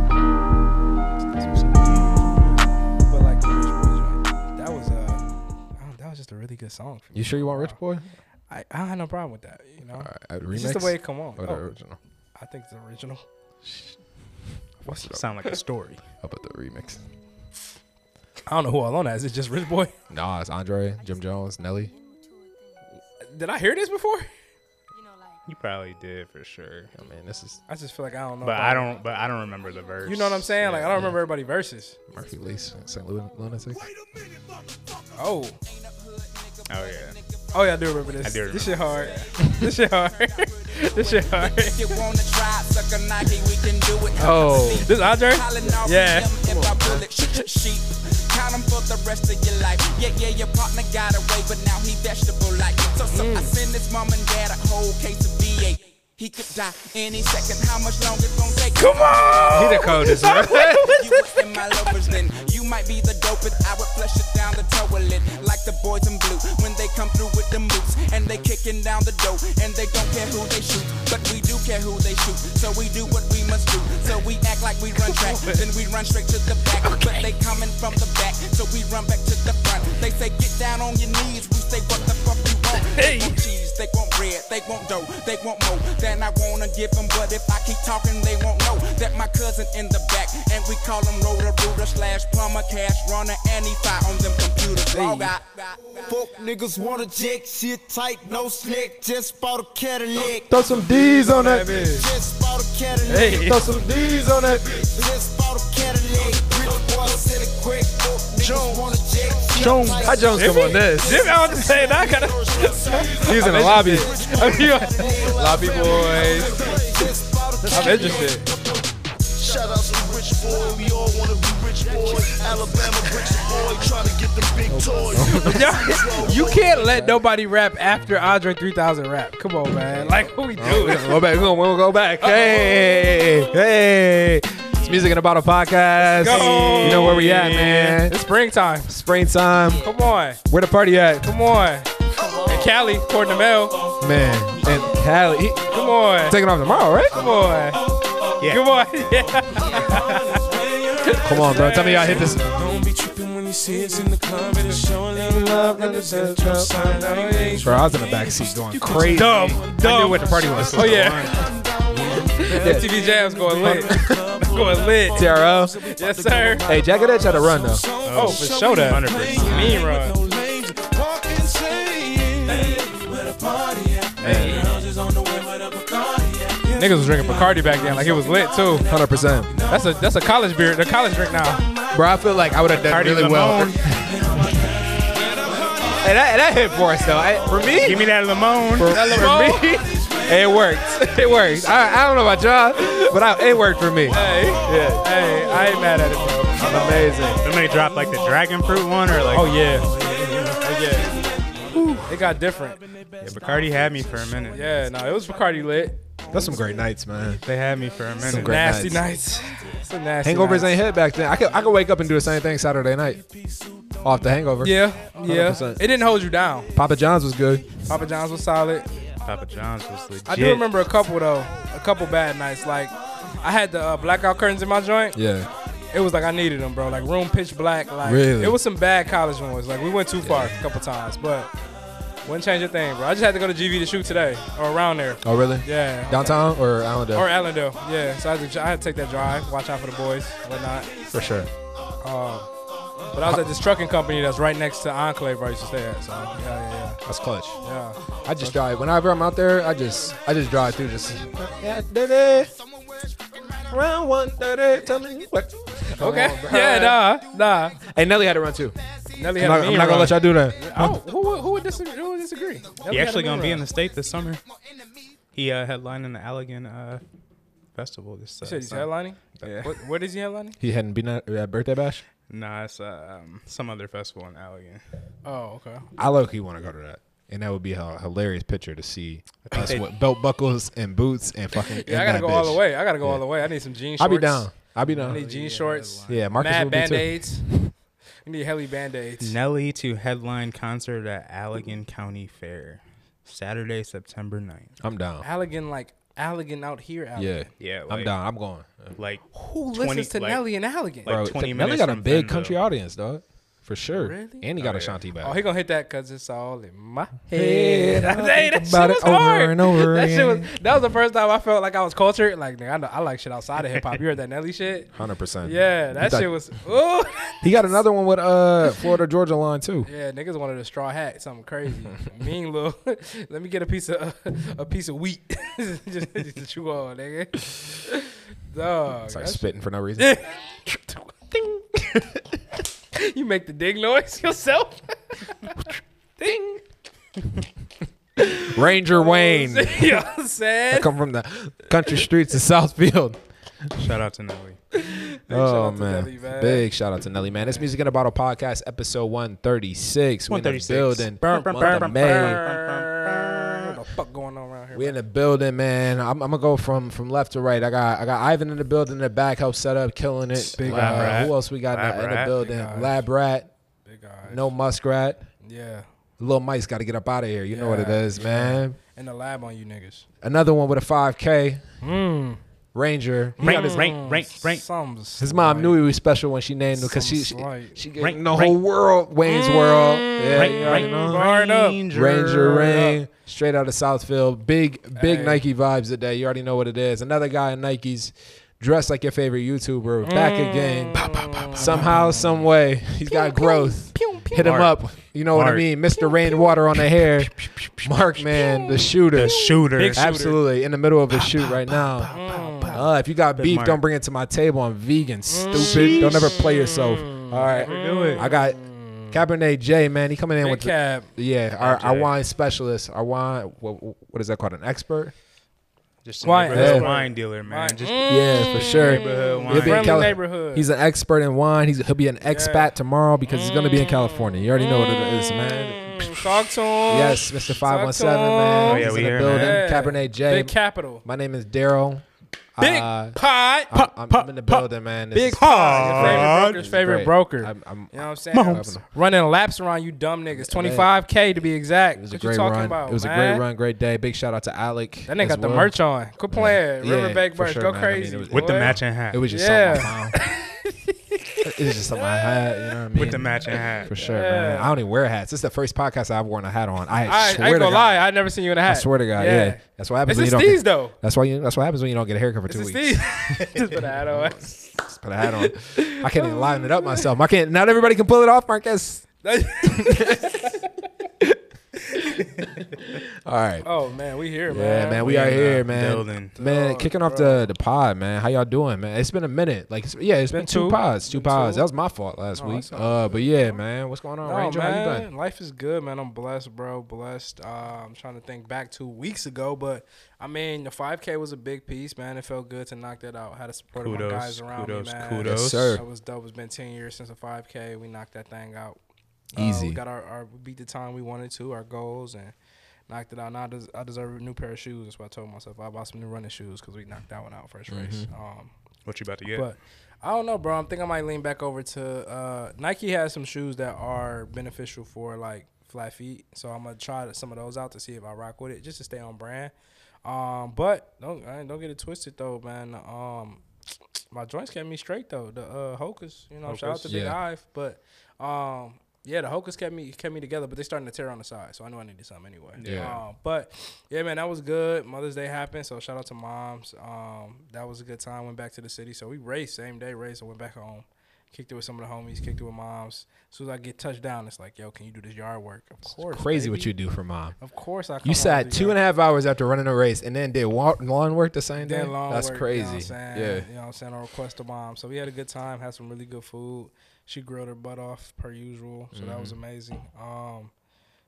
uh, this song. For me You sure you for a want Rich while. Boy? I, I have no problem with that. You know, All right, remix it's just the way it come on. or the Oh, original? I think it's original. What's up? Sound like a story. How about the remix? I don't know who all on that. Is it just Rich Boy? Nah, it's Andre, Jim Jones, Nelly. Did I hear this before? You probably did for sure, Oh man, this is I just feel like I don't know. but about I it. don't. But I don't remember the verse. You know what I'm saying? Like I Yeah. don't remember everybody verses. Murphy Lee's St. Louis Lunatic. Oh, Oh yeah. oh yeah, I do remember this. I do This shit hard. this shit hard. this shit hard. You wanna try, suck a Nike, we can do it. Oh. This Andre? Yeah. Yeah. If I pull it, shoot your sheep. Count 'em for the rest of your life. Yeah, yeah, your partner got away, but now he vegetable like. So, so I send his mom and dad a whole case of V8. He could die any second. How much longer it's gonna take? Come on! He the coldest. man. You were in my lovers then. You might be the dopest. I would flush it down the toilet like the boys in blue when they come through with them boots and they kicking down the door and they don't care who they shoot, but we do care who they shoot. So we do what we must do. So we act like we run track, then we run straight to the back. But they coming from the back, so we run back to the front. They say get down on your knees. We say what the fuck you want. They want cheese, they want bread, they want dough, they want more than I wanna give 'em. But if I keep talking, they won't know that my cousin in the back, and we call him Roller Rooter slash Plumber Cash Runner, and he fire on them computers. Log out. Folk niggas want a jig, shit tight, no slick. Just bought a Cadillac. Throw some D's on that bitch. Just bought a Cadillac. Throw some D's on that bitch. Just bought a Cadillac. Rich boys in a quick. Folk niggas want a jig. shit Jones, tight, how Jones come on this? Jimmy, I was just saying I gotta. He's in the lobby. lobby boys. Just bought a I'm interested. Shout out to Rich Boy, we all wanna be Rich Boy. Alabama Rich Boy, trying to get the big toys. you can't let nobody rap after Andre 3000 rap. Come on, man. Like what we doing? Go back. We're gonna, we'll go back. Hey, hey. It's Music in a Bottle podcast. go. You know where we at, man. It's springtime. Springtime. Come on, Where the party at? come on. And Cali, according to Mel. Man. And Cali. He Come on, taking off tomorrow, right? come on. Yeah. Come on, yeah. Come on, bro. Tell me y'all hit this. Don't be tripping when you see us in the club and it's showing them love and it's a trust sign. I ain't Bro, I was in the back seat going crazy. Dumb, I knew dumb. where the party was. Oh yeah, MTV Jam's going lit. going lit. TRL. Yes, sir. Hey, Jack of that tried to run though. Oh, for sure that. 100%. Mean run. no lanes. Walk and say, where the party at? Hey. Girls is on the way where the Bacardi at. Niggas was drinking Bacardi back then, like it was lit too. 100%. That's a that's a college beer, the college drink now. Bro, I feel like I would have done Party really well. Lamone. Hey, that, that hit for us though. I, for me, Give me that Lamone. For, for me, it worked. It worked. I, I don't know about y'all, but I, it worked for me. Hey, yeah. Hey, I ain't mad at it, bro. Amazing. Then they drop like the dragon fruit one or like. Oh yeah. Oh yeah. It got different. yeah. Bacardi had me for a minute. Yeah, no, it was Bacardi lit. That's some great nights, man. They had me for a minute. great- nasty nights. nights. Some nasty Hangovers nights. ain't hit back then. I could I could wake up and do the same thing Saturday night off the hangover. Yeah, yeah. 100%. It didn't hold you down. Papa John's was good. Papa John's was solid. Papa John's was legit. I do remember a couple though, a couple bad nights. Like I had the uh, blackout curtains in my joint. Yeah. It was like I needed them, bro. Like room pitch black. Like Really? it was some bad college ones. Like we went too far a couple times, but wouldn't change a thing, bro. I just had to go to GV to shoot today or around there. Oh really? Yeah. Downtown or Allendale? Or Allendale, yeah. So I had, to, I had to take that drive, watch out for the boys, whatnot. For sure. Um, but I was at this trucking company that's right next to Enclave where I used to stay at. So yeah, yeah, That's clutch. yeah. yeah. I just drive. Whenever I'm out there, I just I just drive through. Just yeah, baby. Round one thirty. Tell me what. Okay. yeah, nah, nah. Hey, Nelly had to run too. Nelly I'm had not, a I'm mean not gonna run. let y'all do that. Oh, who, would- who would disagree? Who would disagree? Nelly He had a actually mean gonna be run. in the state this summer. He uh, headlining the Allegan uh, festival this uh, You said he's summer. headlining. Yeah. What, what is he headlining? He hadn't been at at birthday bash. Nah, it's uh, um, some other festival in Allegan. Oh, okay. I low key want to go to that. And that would be a hilarious picture to see us they- with belt buckles and boots and fucking. in Yeah, I gotta that go all bitch. the way. I gotta go all the way. I need some jean shorts. I'll be down. I'll be I down. need jean shorts. Yeah, Marcus Mad will be band too. aids. We need heli band aids. Nelly to headline concert at Allegan County Fair, Saturday, September 9th. I'm down. Allegan like Allegan out here. Allegan. Yeah, Yeah, I'm like- down. I'm going. Like Who 20 listens to like- Nelly and Allegan? Like Bro, Nelly 20 minutes got a from big Benville. country audience, dog. for sure. And he got Ashanti back. Oh, he gonna hit that because it's all in my Head, head. I Hey, think that shit about it was over hard. and over that shit was. again. That was the first time I felt like I was cultured. Like, nigga, I know I like shit outside of hip hop. You heard that Nelly shit? Hundred percent. Yeah, that shit was. Ooh. He got another one with uh Florida Georgia line too. Yeah, niggas wanted a straw hat, something crazy, mean little. Let me get a piece of a piece of wheat, just, just to chew on, nigga. Dog, It's like that spitting for no reason. shit- you make the ding noise yourself. ding. Oh, Ranger Wayne. you know what I'm I saying? come from the country streets of Southfield. Shout out to Nelly. shout Oh out to man. Nelly, man. big shout out to Nelly man. It's music in a bottle podcast episode one thirty six. We in the 136. building. Burr, burr, Month of burr, May. What the fuck going on around here? We man? in the building, man. I'm, I'm gonna go from from left to right. I got I got Ivan in the building in the back, help set up, killing it. Big Lab uh, Rat. Who else we got in Lab the, in the Rat. building? Big eyes. Lab Rat, Big eyes. no Muskrat. Yeah, Little Mike's got to get up out of here. You know what it Yeah, is, man. in the lab on you niggas. Another one with a 5K. Ranger. He got Mm. Rank, his- rank, rank, rank. Something's His mom slight. knew he was special when she named him because she, Something she slight. she gave Rank, him the rank. whole world Wayne's World. Yeah, Rank, you already rank, know. Barn up. Ranger. Ranger Rain, straight out of Southfield. Big, big Hey. Nike vibes today. You already know what it is. Another guy in Nikes, dressed like your favorite YouTuber, back Mm. again. Somehow, some way, he's got growth. Hit him Mark. up. You know what I Mark. mean? Mr. Rainwater on the hair. Mark, man, the shooter. The shooter. Big shooter. Absolutely, in the middle of a shoot right now. Uh, if you got beef, Mark. Mm. don't bring it to my table. I'm vegan, stupid. Don't ever play yourself. All right, I got Mm. Cabernet J, man. He coming in Big with the- cab. yeah, our, our Jay. wine specialist, our wine, what, what is that called? An expert? Just Wine- wine, neighborhood Yeah. wine dealer, man. Wine. Just Yeah, for sure. neighborhood He'll be mm, in Friendly wine. Cali- neighborhood. He's an expert in wine. He's, he'll be an expat tomorrow because he's going to be in California. You already know what it is, man. Talk Mm. to him. Yes, Mr. 517, Oh, man. yeah, he's we in the here, building. Yeah. Cabernet J. Big capital. My name is Daryl. Big Uh, pot. I'm, I'm- I'm in the building, man. This Big is- pot. Your favorite this broker's is favorite great. broker. I'm, I'm, you know what I'm saying? Running laps around you dumb niggas. 25K to be exact. it was a what great you talking run. about, it was a man? great run, great day. Big shout out to Alec. That nigga as got the well. merch on. Quit playing. Yeah, Riverbank for merch. sure, Go man. I mean, crazy. it was- With the boy. matching hat. It was just Yeah. something I found. it was just something I had. You know what I mean? With the matching hat. For sure, man. I don't even wear hats. This is the first podcast I've worn a hat on. I, I, I ain't swear gonna to God. lie. I never seen you in a I hat. swear to God. Yeah. That's what happens It's when you a don't. steez, though. That's why you. That's what happens when you don't get a haircut for two It's a weeks. steez. Just put a hat on. Just Put a hat on. I can't even line it up myself. I can't. Not everybody can pull it off, Marcus. All right. oh, man. We here, man. Yeah, man, we are in here, the man. building. Man, kicking off the, the pod, man. How y'all doing, man? It's been a minute. Like, it's, yeah, it's been, Been two, two. pods, two Been pods. two. That was my fault last week. that's all Uh, but yeah, man, what's going on, No, Ranger? man. How you been? Life is good, man. I'm blessed, bro. Blessed. Uh, I'm trying to think back two weeks ago, but I mean, the 5K was a big piece, man. It felt good to knock that out. Had a support of my Kudos, guys around kudos, me, man. kudos. Yes, sir. That was dope. It's been 10 years since the 5K. We knocked that thing out. Uh, Easy. we got our, our we beat the time we wanted to, our goals, and knocked it out. Now I, des- I deserve a new pair of shoes. That's what I told myself. I bought some new running shoes because we knocked that one out 1st race. Mm-hmm. Um, What you about to get? but I don't know, bro. I'm thinking I might lean back over to uh, Nike has some shoes that are beneficial for like flat feet, so I'm gonna try some of those out to see if I rock with it, just to stay on brand. Um, but don't I don't get it twisted though, man. Um, my joints kept me straight though. The uh, Hokas, you know, shout out to Big Yeah. Ive, but um, yeah, the Hokas kept me kept me together, but they starting to tear on the side, so I knew I needed something anyway. Yeah. Um, but yeah, man, that was good. Mother's Day happened, so shout out to moms. Um, that was a good time. Went back to the city, so we raced same day race. I went back home, kicked it with some of the homies, kicked it with moms. As soon as I get touchdown, it's like, yo, can you do this yard work? Of course, Crazy baby. what you do for mom. Of course, I. Come You sat two and a half hours after running a race and then did wa- lawn work the same day. Then long That's work, You know what I'm crazy. saying? yeah. You know what I'm saying? On request of mom. So we had a good time, had some really good food. She grilled her butt off per usual. So that Mm-hmm. was amazing. Um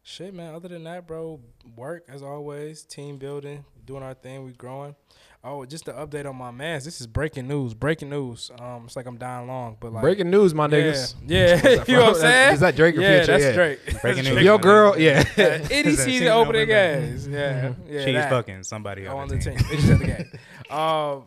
shit, man. Other than that, bro, work as always, team building, doing our thing, we growing. Oh, just an update on my mans. This is breaking news. Breaking news. Um, it's like I'm dying long, but like Breaking news, my yeah, niggas. Yeah, you know what I'm saying? Is that Drake or yeah, Future? That's Yeah. Drake. Breaking That's news. Yo, Drake. girl, yeah. Uh, Any Is that season season opening opening day? games. Yeah, Mm-hmm. yeah. She's that. fucking somebody Oh, on the team. It's just at the game. Um,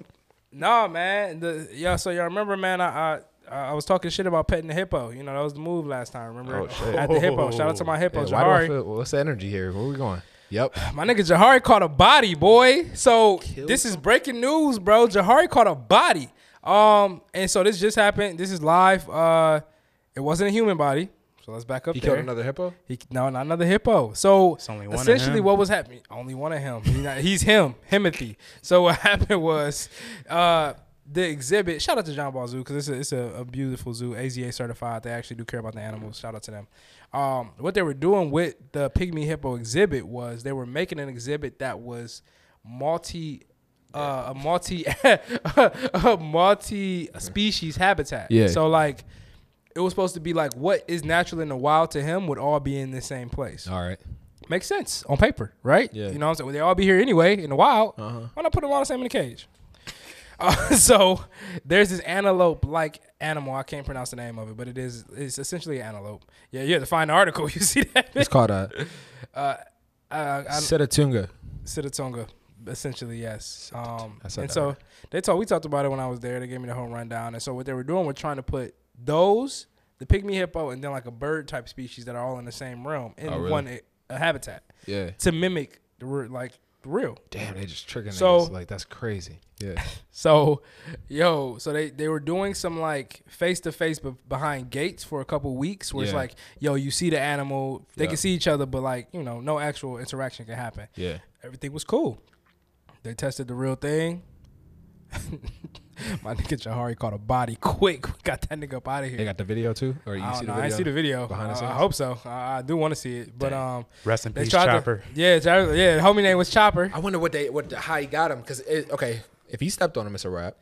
no, man. The, yeah, so y'all remember, man, I, I I was talking shit about petting the hippo. You know, that was the move last time, remember? Oh, shit. At the hippo. Shout out to my hippo, Yeah, why do I Jahari. feel, what's the energy here? Where we going? Yep. My nigga Jahari caught a body, boy. So this is breaking news, bro. Jahari caught a body. Um, and so this just happened. This is live. Uh, it wasn't a human body. So let's back up He there. killed another hippo. He no, not another hippo. So It's only one of essentially, him. what was happening? Only one of him. He not- he's him, Himothy. So what happened was, uh, the exhibit. Shout out to John Ball Zoo because it's a, it's a, a beautiful zoo, AZA certified. They actually do care about the animals. Shout out to them. Um, what they were doing with the pygmy hippo exhibit was they were making an exhibit that was multi. Uh, a multi, a multi species habitat. Yeah. So like, it was supposed to be like what is natural in the wild to him would all be in the same place. All right. Makes sense on paper, right? Yeah. You know what I'm saying? Well, they all be here anyway in the wild. Why not put them all the same in the cage? Uh, so there's this antelope like animal. I can't pronounce the name of it, but it is it's essentially an antelope. Yeah, you have to find the article. You see that? It's called a Uh, I- Sedatunga. Sitatonga, essentially, yes. Um, I said and that so right. they talked. We talked about it when I was there. They gave me the whole rundown. And so what they were doing, were trying to put those, the pygmy hippo, and then like a bird type species that are all in the same realm in Oh, really? one uh habitat Yeah. to mimic the re- like the real. Damn, they just tricking So- niggas. Like that's crazy. Yeah. So, yo, so they they were doing some like face to face, but behind gates for a couple weeks, where it's Yeah. like, yo, you see the animal, they Yeah. can see each other, but like you know, no actual interaction can happen. Yeah. everything was cool. They tested the real thing. My nigga Jahari caught a body quick. We got that nigga up out of here. They got the video too, or you I, don't see the know. video? I see the video. behind the I- I, scenes? hope so. I, I do want to see it. But um, Rest in they peace, tried Chopper. To, yeah, Chopper- yeah. The homie name was Chopper. I wonder what they what the, how he got him because okay, if he stepped on him, it's a wrap.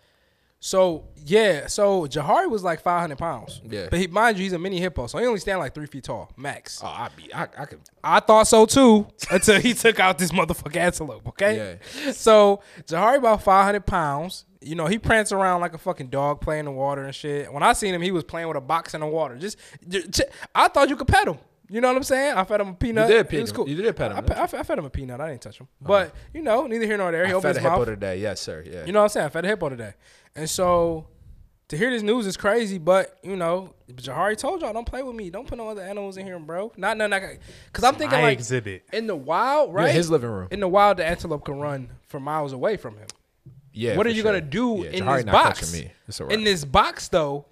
So yeah, so Jahari was like 500 pounds. Yeah. But he, mind you, he's a mini hippo, so he only stand like three feet tall max. Oh, I be I, I could. I thought so too until he took out this motherfucking antelope. Okay, so Jahari about five hundred pounds. You know he prance around like a fucking dog playing in the water and shit. When I seen him, he was playing with a box in the water. Just, j- j- I thought you could pet him. You know what I'm saying? I fed him a peanut. did It pet was him. You did pet him, I, didn't Uh-huh. I, I fed him a peanut. I didn't touch him. But you know, neither here nor there. He I opened fed a his hippo mouth. today. Yes, sir. Yeah. You know what I'm saying? I fed a hippo today. And so to hear this news is crazy, but you know, Jahari told y'all don't play with me. Don't put no other animals in here, bro. Not none. I can- Cause I'm thinking My like exhibit. in the wild, right? his living room. In the wild, the antelope can run for miles away from him. yeah. what are for you sure. gonna do Yeah, in Jahari this not box? touching me. It's a wrap. Mm-hmm. in this box, though,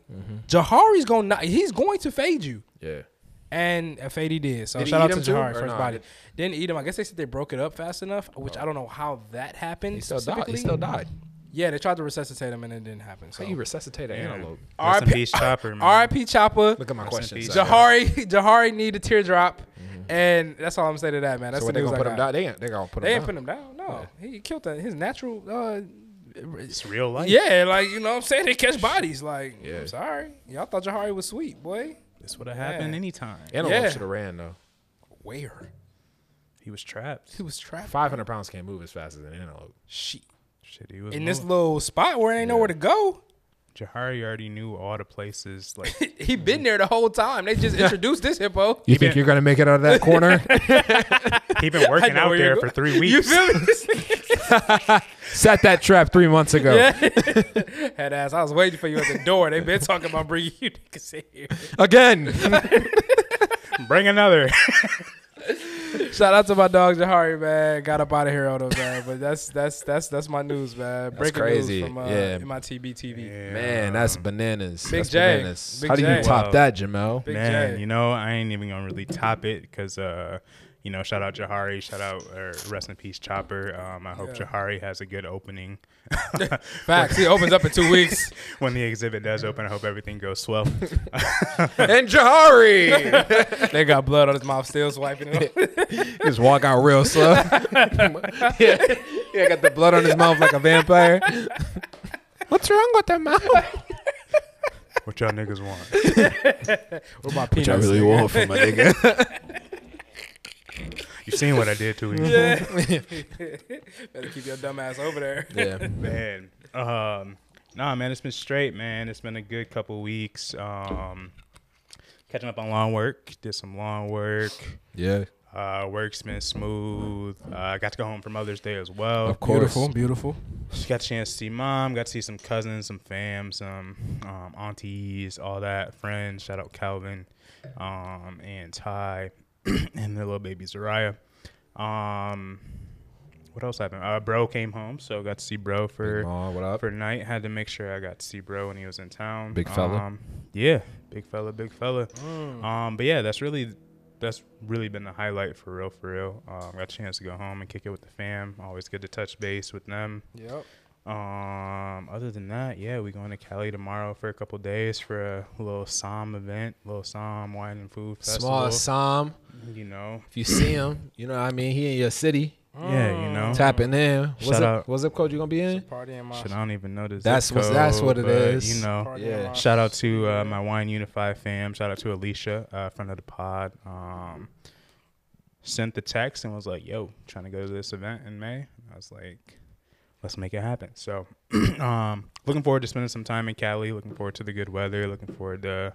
Jahari's gonna not, he's going to fade you. yeah. And a fade he did. So Did he shout eat out to him too, Jahari or first not? body. Didn't eat him. I guess they said they broke it up fast enough, which I don't know how that happened. Oh. He still died. He specifically. still died. Yeah, they tried to resuscitate him and it didn't happen. So How you resuscitate an antelope? Rest in RIP peace, Chopper. man. R.I.P. Chopper. Look at my questions. peace. So Jahari, Jahari need a teardrop, and that's all I'm saying to that man. That's Mm-hmm. what the they news gonna I put him got. down? They ain't they gonna put They ain't him put down. him down. No, he killed that. His natural. Uh, It's real life. yeah, like you know, what I'm saying they catch bodies. Like, Yeah. I'm sorry, y'all thought Jahari was sweet, boy. This would have happened Yeah. anytime. Antelope Yeah. should have ran though. Where He was trapped. he was trapped. Five hundred pounds can't move as fast as an antelope. Shit. Shit, he was In this moving. little spot where it ain't nowhere to go, Jahari already knew all the places. Like he been there the whole time. They just introduced this hippo. You think you're gonna make it out of that corner? he been working know out where you're there go- for three weeks. You feel me? Set that trap three months ago. Head ass, I was waiting for you at the door. They been talking about bringing you niggas in here. Again. Bring another. Shout out to my dog Jahari, man. Got up out of here on him, man. But that's that's that's that's my news, man. Breaking crazy. news from uh, Yeah. MITB TV. Man, that's um, bananas. Big that's J. bananas. Big How do you J. top Wow. that, Jamel? Big Man, J. you know, I ain't even gonna really top it because, uh, you know, shout out Jahari, shout out or rest in peace Chopper. Um, I hope Jahari has a good opening. Facts. He opens up in two weeks. when the exhibit does open, I hope everything goes swell. and Jahari they got blood on his mouth, still swiping it. off. just walk out real slow. yeah, yeah, got the blood on his mouth like a vampire. What's wrong with that mouth? what y'all niggas want? With my peanuts. nigga. from my nigga. You seen what I did to him, Better keep your dumb ass over there. yeah, man. Um, nah, man, it's been straight, man. It's been a good couple weeks. Um, catching up on lawn work. Did some lawn work. yeah. Uh, work's been smooth. Uh, I got to go home for Mother's Day as well. Of course. beautiful. Just got a chance to see mom, got to see some cousins, some fam, some um, aunties, all that, friends. Shout out Calvin um, and Ty and their little baby Zariah. Um, what else happened? Uh, bro came home, so got to see bro for Big Ma, what up? for the night. Had to make sure I got to see bro when he was in town. Big fella. Um, yeah, big fella, big fella. Mm. Um, but yeah, that's really that's really been the highlight for real, for real. Um, got a chance to go home and kick it with the fam. Always good to touch base with them. Yep. Um, other than that, yeah, we going to Cali tomorrow for a couple days for a little Psalm event, little Psalm wine and food Small festival. Psalm. you know, If you see him, you know what I mean. He in your city. yeah, you Mm. know. Tapping in. What's Uh-huh. Shout up? out. What's up, code you gonna be in? Party in my Shit, I don't even know the zip That's what's- code, that's what it it is. is. You know, Party in Yeah. my- Shout out to uh, my Wine Unify fam. Shout out to Alicia, uh, friend of the pod. Um, sent the text and was like, "Yo, trying to go to this event in May." And I was like, "Let's make it happen." So, um, looking forward to spending some time in Cali. Looking forward to the good weather. Looking forward to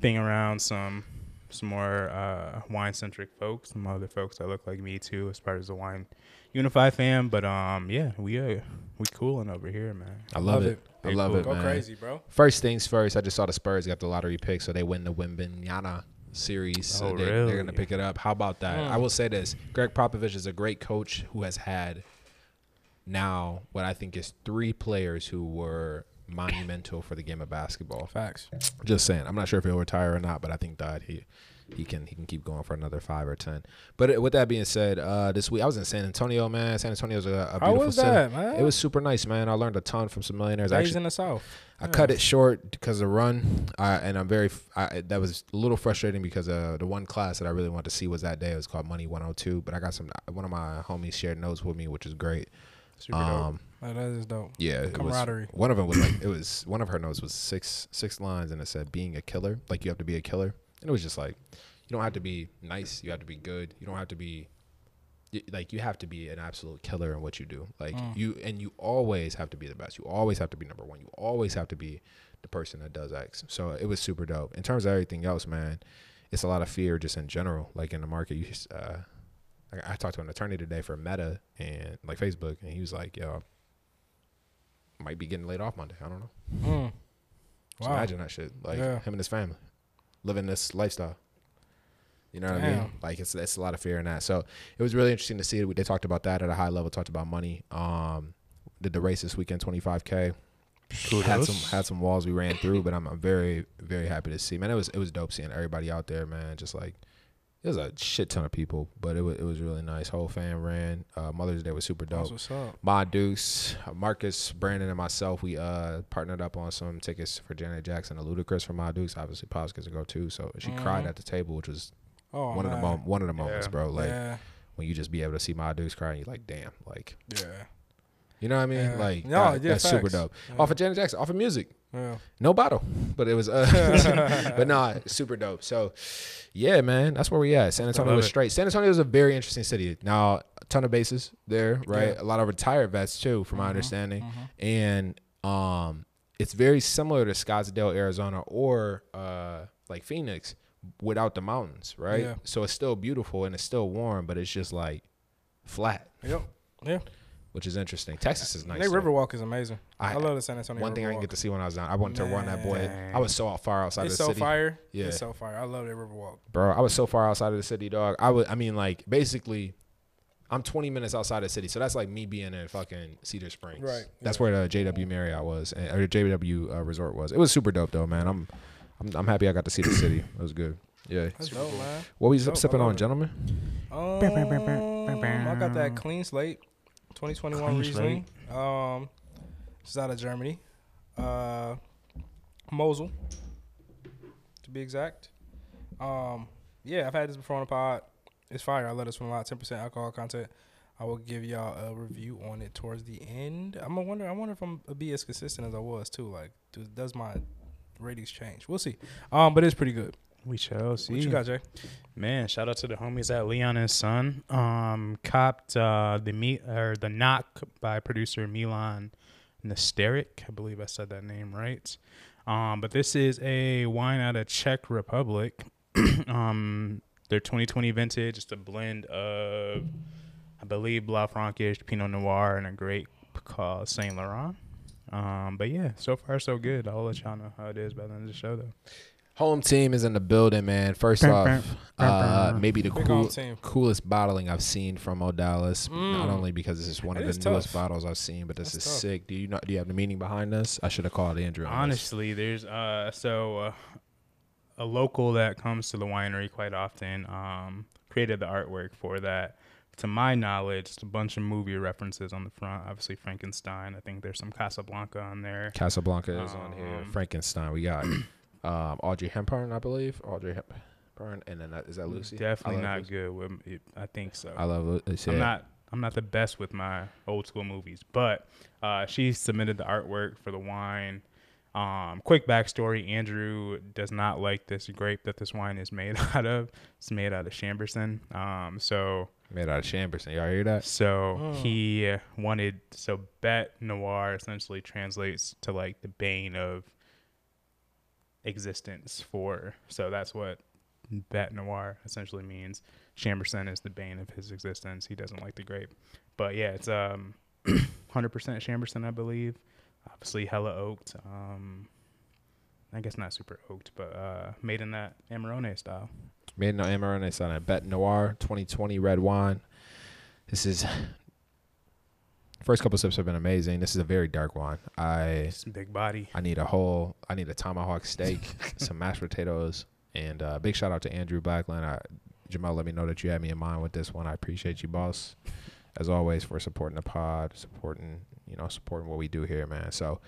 being around some some more uh, wine centric folks, some other folks that look like me too, as part of the Wine Unify fam. But um, yeah, we uh, we cooling over here, man. I love, Love it. I Hey, love cool. it, Go man. crazy, bro. First things first, I just saw the Spurs got the lottery pick, so they win the Wimbenyana series. So Oh, they, really? They're going to pick it up. How about that? Hmm. I will say this Greg Popovich is a great coach who has had now what I think is three players who were monumental for the game of basketball. Facts. Just saying. I'm not sure if he'll retire or not, but I think that he he can he can keep going for another five or ten. But uh, with that being said, uh, this week I was in San Antonio, man. San Antonio's a, a beautiful was city. that, man? It was super nice, man. I learned a ton from some millionaires. I Days actually- in the South. I cut it short because of run, I, and I'm very. f- I, that was a little frustrating because uh, the one class that I really wanted to see was that day. It was called Money 102, but I got some. uh, One of my homies shared notes with me, which is great. Super dope. Um, Like, Oh, that is dope. yeah, it was- Camaraderie. one of them was like it was one of her notes was six six lines, and it said being a killer, like you have to be a killer, and it was just like you don't have to be nice, you have to be good, you don't have to be y- like you have to be an absolute killer in what you do. Like you and you always have to be the best. You always have to be number one. You always have to be the person that does X. So it was super dope. In terms of everything else, man, it's a lot of fear just in general. Like in the market, you just, uh, I, I talked to an attorney today for Meta and like Facebook, and he was like, "Yo, I might be getting laid off Monday. I don't know." Mm. Just Wow. imagine that shit. Like Yeah. him and his family living this lifestyle. You know what I mean? Damn. Like it's it's a lot of fear in that. So it was really interesting to see that they talked about that at a high level. Talked about money. Um, did the race this weekend, twenty five k. Had some had some walls we ran through, but I'm, I'm very very happy to see. Man, it was it was dope seeing everybody out there. Man, just like it was a shit ton of people, but it was it was really nice. Whole fam ran. Uh, Mother's Day was super That's dope. what's up. Ma Deuce, uh, Marcus, Brandon, and myself, we uh partnered up on some tickets for Janet Jackson and Ludacris for Ma Deuce. Obviously, Pops gets to go too. So she cried at the table, which was Mm-hmm. Oh, one of the man. mom- one of the moments, Yeah. bro. Like yeah. when you just be able to see Ma Deuce cry, and you're like, damn, like Yeah. you know what I mean? Yeah. Like No, that- yeah, that's super facts. dope. Off of Janet Jackson, off of music, Yeah. no bottle, but it was uh, but nah, super dope. So yeah, man, that's where we at. San Antonio love was it. straight. San Antonio is a very interesting city. Now a ton of bases there, right? A lot of retired vets too, from Mm-hmm. my understanding, and um, it's very similar to Scottsdale, Arizona, or uh, like Phoenix without the mountains, right? Yeah. So it's still beautiful and it's still warm, but it's just like flat, Yep. Yeah. which is interesting. Texas is nice. Nice. Nick though. Riverwalk is amazing. I, I- love the San Antonio. One thing I didn't get Riverwalk. to see when I was down, I wanted to run that boy. I was so far outside It's of the so city. fire. Yeah. It's so fire. I love that Riverwalk. bro. I was so far outside of the city, dog. I would, I mean, like basically, I'm 20 minutes outside of the city, so that's like me being in fucking Cedar Springs. Right, That's where the JW Marriott was, and, or JW uh, Resort was. It was super dope, though, man. I'm, I'm, I'm happy I got to see the city. It was good. Yeah. That's dope, man. What we dope. sipping I love on, it. gentlemen? Um, I got that clean slate, 2021 Clean Riesling. Um, it's out of Germany, uh, Mosel, to be exact. Um, yeah, I've had this before on the pod. It's fire. I love this one a lot. 10% alcohol content. I will give y'all a review on it towards the end. I'm gonna wonder. I wonder if I'm gonna be as consistent as I was too. Like, do, does my ratings change? We'll see. Um, but it's pretty good. We shall see. What you got, Jay? Man, shout out to the homies at Leon and Son. Um, copped uh, the meat or the knock by producer Milan Nesteric. I believe I said that name right. Um, but this is a wine out of Czech Republic. um, their 2020 vintage. It's a blend of, I believe, Blanc Frankish, Pinot Noir, and a grape called Saint Laurent. Um, but yeah, so far so good. I'll let y'all know how it is by the end of the show, though. Home team is in the building, man. First off, uh, maybe the Big cool, home team. coolest bottling I've seen from O'Dallas. Not only because this is one of That the is newest tough. bottles I've seen, but this That's is tough. sick. Do you not? Do you have the meaning behind this? I should have called Andrew. on this. Honestly, there's uh so uh, a local that comes to the winery quite often um, created the artwork for that. To my knowledge, it's a bunch of movie references on the front. Obviously, Frankenstein. I think there's some Casablanca on there. Casablanca is on here. Um, Frankenstein. We got um, Audrey Hepburn, I believe. Audrey Hepburn, and then that, is that Lucy? I Definitely love not Lucy. good with. It, I think so. I love uh, Lucy. I'm not I'm not the best with my old school movies, but uh, she submitted the artwork for the wine. Um, quick backstory: Andrew does not like this grape that this wine is made out of. It's made out of Chamberson. Um, so made out of Chamberson. Y'all hear that? so he wanted so Bet Noir essentially translates to like the bane of existence for so that's what Bet Noir essentially means. Chamberson is the bane of his existence. He doesn't like the grape. But yeah, it's um hundred percent Chamberson, I believe. Obviously hella oaked. Um I guess not super oaked, but uh made in that Amarone style. Made in Amarone Sun at Bet Noir 2020 Red Wine. This is first couple sips have been amazing. This is a very dark wine. I It's big body. I need a whole I need a tomahawk steak, some mashed potatoes, and uh, big shout out to Andrew Blackland. I, Jamal, let me know that you had me in mind with this one. I appreciate you, boss, as always for supporting the pod, supporting you know supporting what we do here, man. So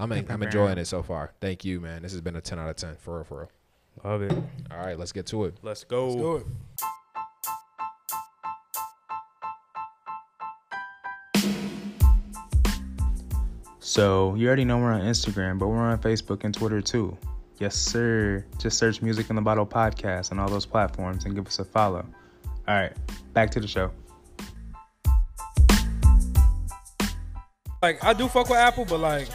I'm en- I'm enjoying it so far. Thank you, man. This has been a 10 out of 10 for real, for real. Love it. All right, let's get to it. Let's go. Do it. So, you already know we're on Instagram, but we're on Facebook and Twitter too. Yes, sir. Just search Music in the Bottle podcast on all those platforms and give us a follow. All right, back to the show. Like I do fuck with Apple, but like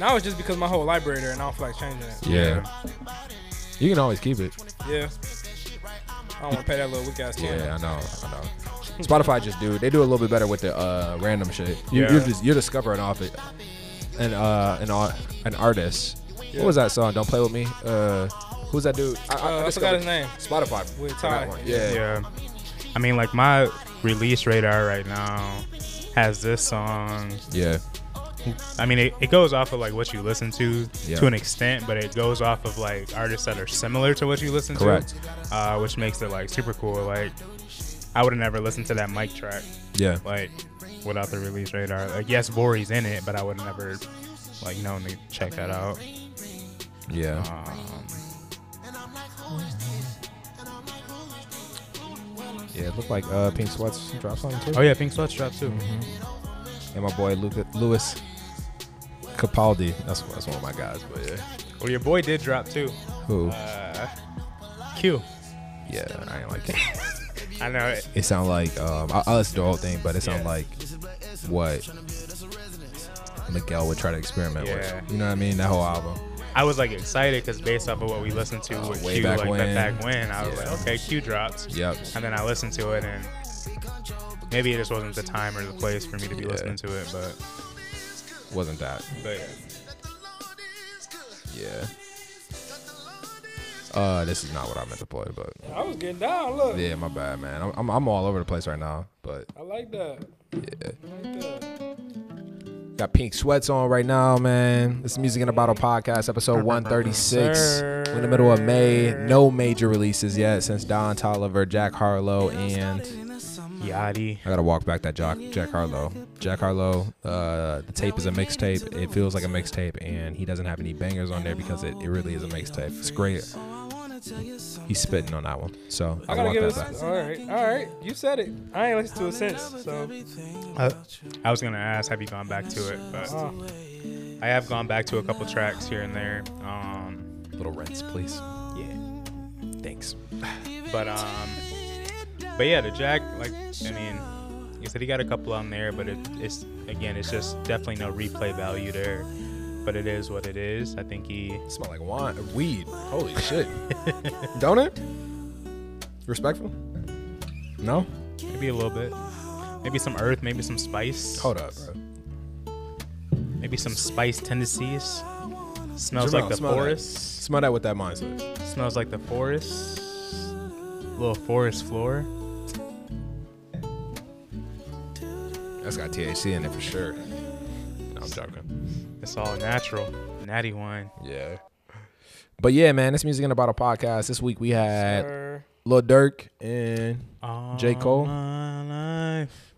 now it's just because my whole library there, and I don't feel like changing it. Yeah. You can always keep it. Yeah. I don't want to pay that little weak ass Yeah, yeah. I know. I know. Spotify just do. They do a little bit better with the uh, random shit. You, Yeah. You're just you're discovering off it, and uh, an ar- an artist. Yeah. What was that song? Don't play with me. Uh, who's that dude? I, Uh, I discovered forgot his name. Spotify. With for Ty. that one. Yeah. Yeah. I mean, like, my release radar right now has this song. Yeah. I mean, it, it goes off of like what you listen to Yeah. to an extent, but it goes off of like artists that are similar to what you listen Correct. to, uh, which makes it like super cool. Like, I would have never listened to that mic track Yeah. like without the release radar. Like yes, Vori's in it, but I would never like known to check that out. Yeah. Um, Yeah. It looked like uh, Pink Sweats dropped something too. oh yeah, Pink Sweat's drop too. And my boy Luca, Louis Capaldi. That's that's one of my guys. But yeah. Well, your boy did drop too. Who? Uh, Q. yeah. I ain't like. It. I know it. It sound like um, I, I listened to the whole thing, but it sound Yeah. like what Miguel would try to experiment Yeah. with. You know what I mean? That whole album. I was like excited because based off of what we listened to Oh, with way Q, back like when. back when, I was Yeah. like, okay, Q drops. Yep. And then I listened to it, and maybe it just wasn't the time or the place for me to be Yeah. listening to it, but Wasn't that? but yeah. Yeah. Uh, this is not what I meant to play, but I was getting down. Look, yeah, my bad, man. I'm, I'm, I'm all over the place right now, but I like that. Yeah. got pink sweats on right now, man. This is Music in a Bottle podcast, episode 136. We're in the middle of May. No major releases yet since Don Tolliver, Jack Harlow, and Yachty. I gotta walk back that Jack Jack Harlow. Jack Harlow. Uh, the tape is a mixtape. It feels like a mixtape, and he doesn't have any bangers on there because it, it really is a mixtape. It's great. He's spitting on that one, so I I gotta walk give that this. back. All right, all right. You said it. I ain't listened to it since. So I, I was gonna ask, have you gone back to it? But uh, I have gone back to a couple tracks here and there. Um, Little rents, please. yeah, Thanks. but um, but yeah, the Jack, like, I mean, you said he got a couple on there, but it, it's again, it's just definitely no replay value there. But it is what it is. I think he, Smell like wine, weed. Holy shit. Don't it? Respectful? No. maybe a little bit, maybe some earth, maybe some spice, Hold up, bro. maybe some spice tendencies. Smells like Jamal, the smell that. forest. Smell that with that mindset. Smells like the forest. Little forest floor. That's got THC in it for sure. No, I'm joking. It's all natural, natty wine. Yeah. But yeah, man, this music in a bottle podcast. This week we had Lil Durk and J. Cole? All my life.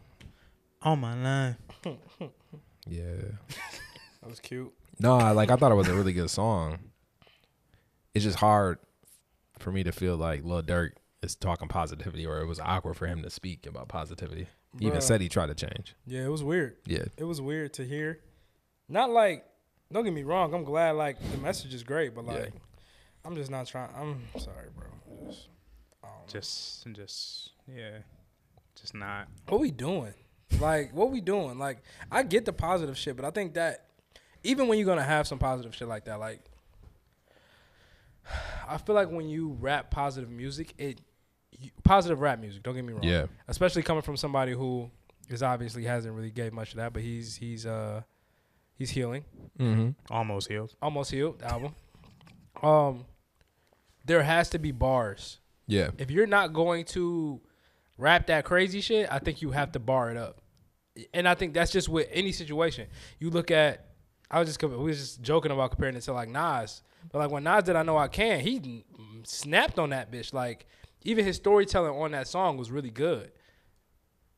All my life. yeah. That was cute. No, I- like I thought it was a really good song. It's just hard for me to feel like Lil Durk is talking positivity, or it was awkward for him to speak about positivity. He even Bruh. said he tried to change. Yeah, it was weird. Yeah, It was weird to hear. Not like, don't get me wrong. I'm glad like the message is great, but Yeah. like, I'm just not trying. I'm sorry, bro. Just- I don't know. Just, just, yeah. Just not. what we doing? Like, what we doing? Like, I get the positive shit, but I think that even when you're gonna have some positive shit like that, like, I feel like when you rap positive music, it you- positive rap music. Don't get me wrong. Yeah. Especially coming from somebody who is obviously hasn't really gave much of that, but he's he's uh he's healing, Almost healed. almost healed. The album. Um, there has to be bars yeah, if you're not going to rap that crazy shit, I think you have to bar it up. And I think that's just with any situation. You look at, I was just com- we was just joking about comparing it to like Nas, but like when Nas did "I Know I Can," he mm, snapped on that bitch. Like even his storytelling on that song was really good.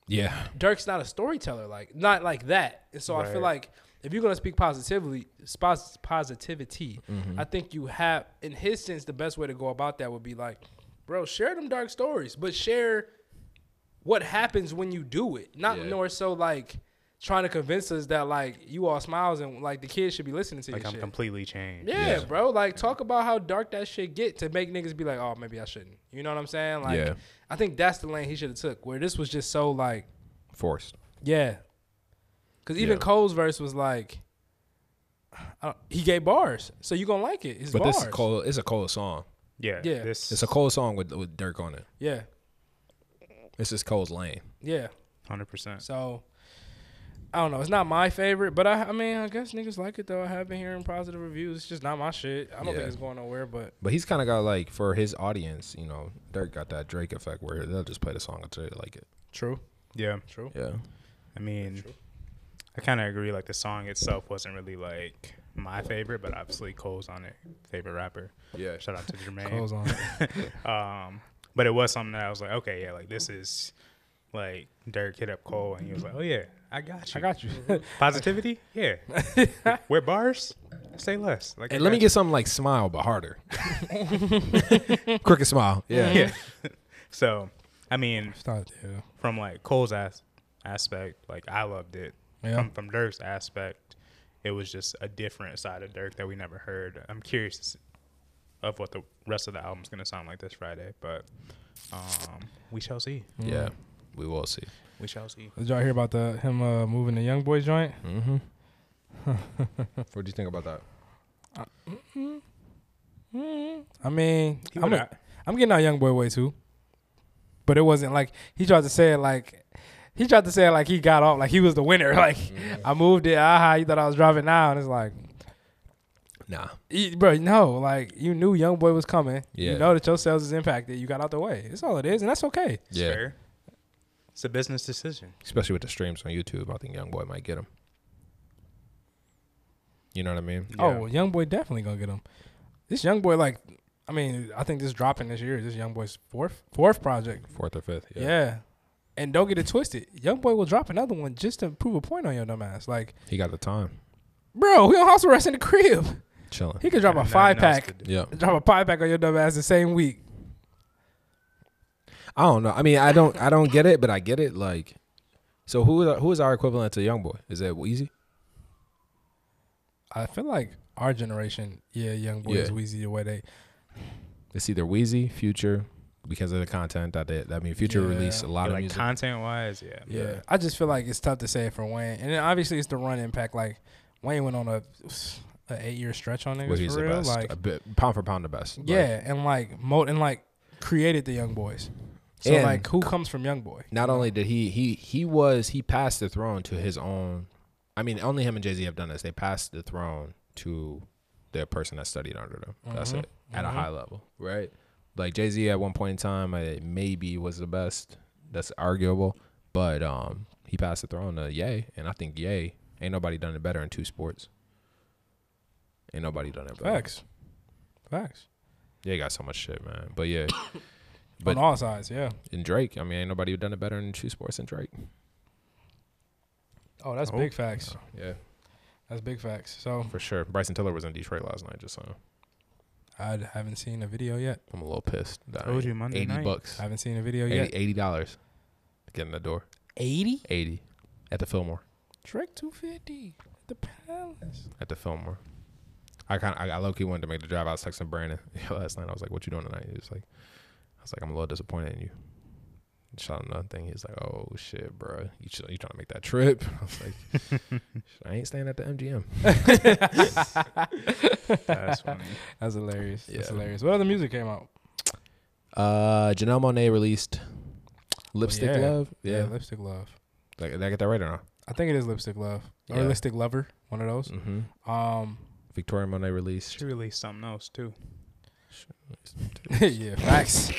yeah, Dirk's not a storyteller, like not like that. And so I feel like if you're gonna speak positively, spos- positivity, Mm-hmm. I think you have, in his sense, the best way to go about that would be like, bro, share them dark stories, but share what happens when you do it, not Yeah. nor so like trying to convince us that like you all smiles and like the kids should be listening to Like you. I'm shit. completely changed. Yeah, Yeah. bro. Like, talk about how dark that shit get to make niggas be like, oh, maybe I shouldn't. You know what I'm saying? Like, Yeah. I think that's the lane he should have took. Where this was just so like, forced. yeah. Cause even Yeah. Cole's verse was like, I don't- he gave bars, so you gonna like it. It's But bars. this is Cole. It's a Cole song. Yeah. Yeah. This It's a Cole song with with Dirk on it. Yeah, This is Cole's lane. yeah. 100%. So I don't know. It's not my favorite, but I, I mean, I guess niggas like it though. I have been hearing positive reviews. It's just not my shit. I don't Yeah. think it's going nowhere. But But he's kind of got like for his audience, you know, Dirk got that Drake effect where they'll just play the song until they like it. true, Yeah. true. Yeah, I mean, I kind of agree. Like the song itself wasn't really like my favorite, but obviously Cole's on it. Favorite rapper. Yeah. Shout out to Jermaine. Cole's on it. Um, but it was something that I was like, okay, yeah, like this is like Derek hit up Cole and he was like, oh yeah, I got you. I got you. Positivity? Yeah. We're bars? Say less. Like, I And let me got get something like smile, but harder. Crooked smile. Yeah. you. Yeah. so, I mean, Stop, yeah. from like Cole's as- aspect, like I loved it. Yeah. From from Dirk's aspect, it was just a different side of Dirk that we never heard. I'm curious to see- of what the rest of the album's gonna sound like this Friday, but um, we shall see. Yeah. Mm. We will see. We shall see. Did y'all hear about the him uh, moving the young boy joint? What do you think about that? I mean, He I'm, would've- I'm getting out young boy way too, but it wasn't like he tried to say it like he tried to say it like he got off like he was the winner. Like I moved it, aha, you thought I was driving now, and it's like, Nah. e- bro, no, like you knew young boy was coming. Yeah. You know that your sales is impacted. You got out the way. It's all it is, and that's okay. It's yeah. fair. It's a business decision. Especially with the streams on YouTube, I think Young Boy might get him. You know what I mean? Oh, well, young boy definitely gonna get him. This young boy, like, I mean, I think this dropping this year. This young boy's fourth fourth project. Fourth or fifth. Yeah. And don't get it twisted. Young boy will drop another one just to prove a point on your dumb ass. Like, He got the time. bro, we on house arrest in the crib. Chilling. He could drop a Nothing five else pack. to do. yeah. Drop a five pack on your dumb ass the same week. I don't know. I mean, I don't I don't get it, but I get it. Like so who is- who is our equivalent to Young Boy? Is it Wheezy? I feel like our generation, yeah, young boy is Yeah. wheezy the way they. It's either Wheezy, Future, because of the content that they, I mean Future Yeah. released a lot of like music. content wise, yeah. Yeah. I just feel like it's tough to say it for Wayne, and then obviously it's the run impact. Like Wayne went on a, a eight year stretch on where niggas he's for the real. best. Like a bit, pound for pound the best. Like, yeah, and like mo and like created the young boys. So And- like, who comes from young boy? not only did he he he was he passed the throne to his own I mean only him and Jay Z have done this. They passed the throne to the person that studied under them. That's it. At a high level. Right? Like Jay Z at one point in time uh, maybe was the best. That's arguable. But um he passed the throne to Ye and I think Ye ain't nobody done it better in two sports. Ain't nobody done it better. Facts. Facts. Yeah, he got so much shit, man. But yeah, But- on all sides, yeah. and Drake. I mean, ain't nobody done it better than True Sports and Drake. Oh, that's Oh. big facts. Yeah, That's big facts. So for sure. Bryson Tiller was in Detroit last night, just so I haven't seen a video yet. I'm a little pissed. that I Told ain't- you Monday eighty night. bucks, I haven't seen a video yet. 80 eighty dollars. Get in the door, Eighty? eighty at the Fillmore. Drake two fifty. The palace. At the Fillmore. I kind of, I, I low key wanted to make the drive. I was texting Brandon last night. I was like, "What you doing tonight?" He was like, "I was like, I'm a little disappointed in you." And Shot him another thing. He was like, "Oh shit, bro, you tr- you trying to make that trip?" I was like, "I ain't staying at the MGM." That's funny. That's hilarious. That's Yeah. hilarious. What other music came out? Uh, Janelle Monet released Oh, Lipstick yeah. Love. Yeah, Lipstick Love. Like, did I get that right or not? I think it is Lipstick Love or Yeah. Lipstick Lover, one of those. Mm-hmm. Um, Victoria Monet released. She released something else too. yeah, facts.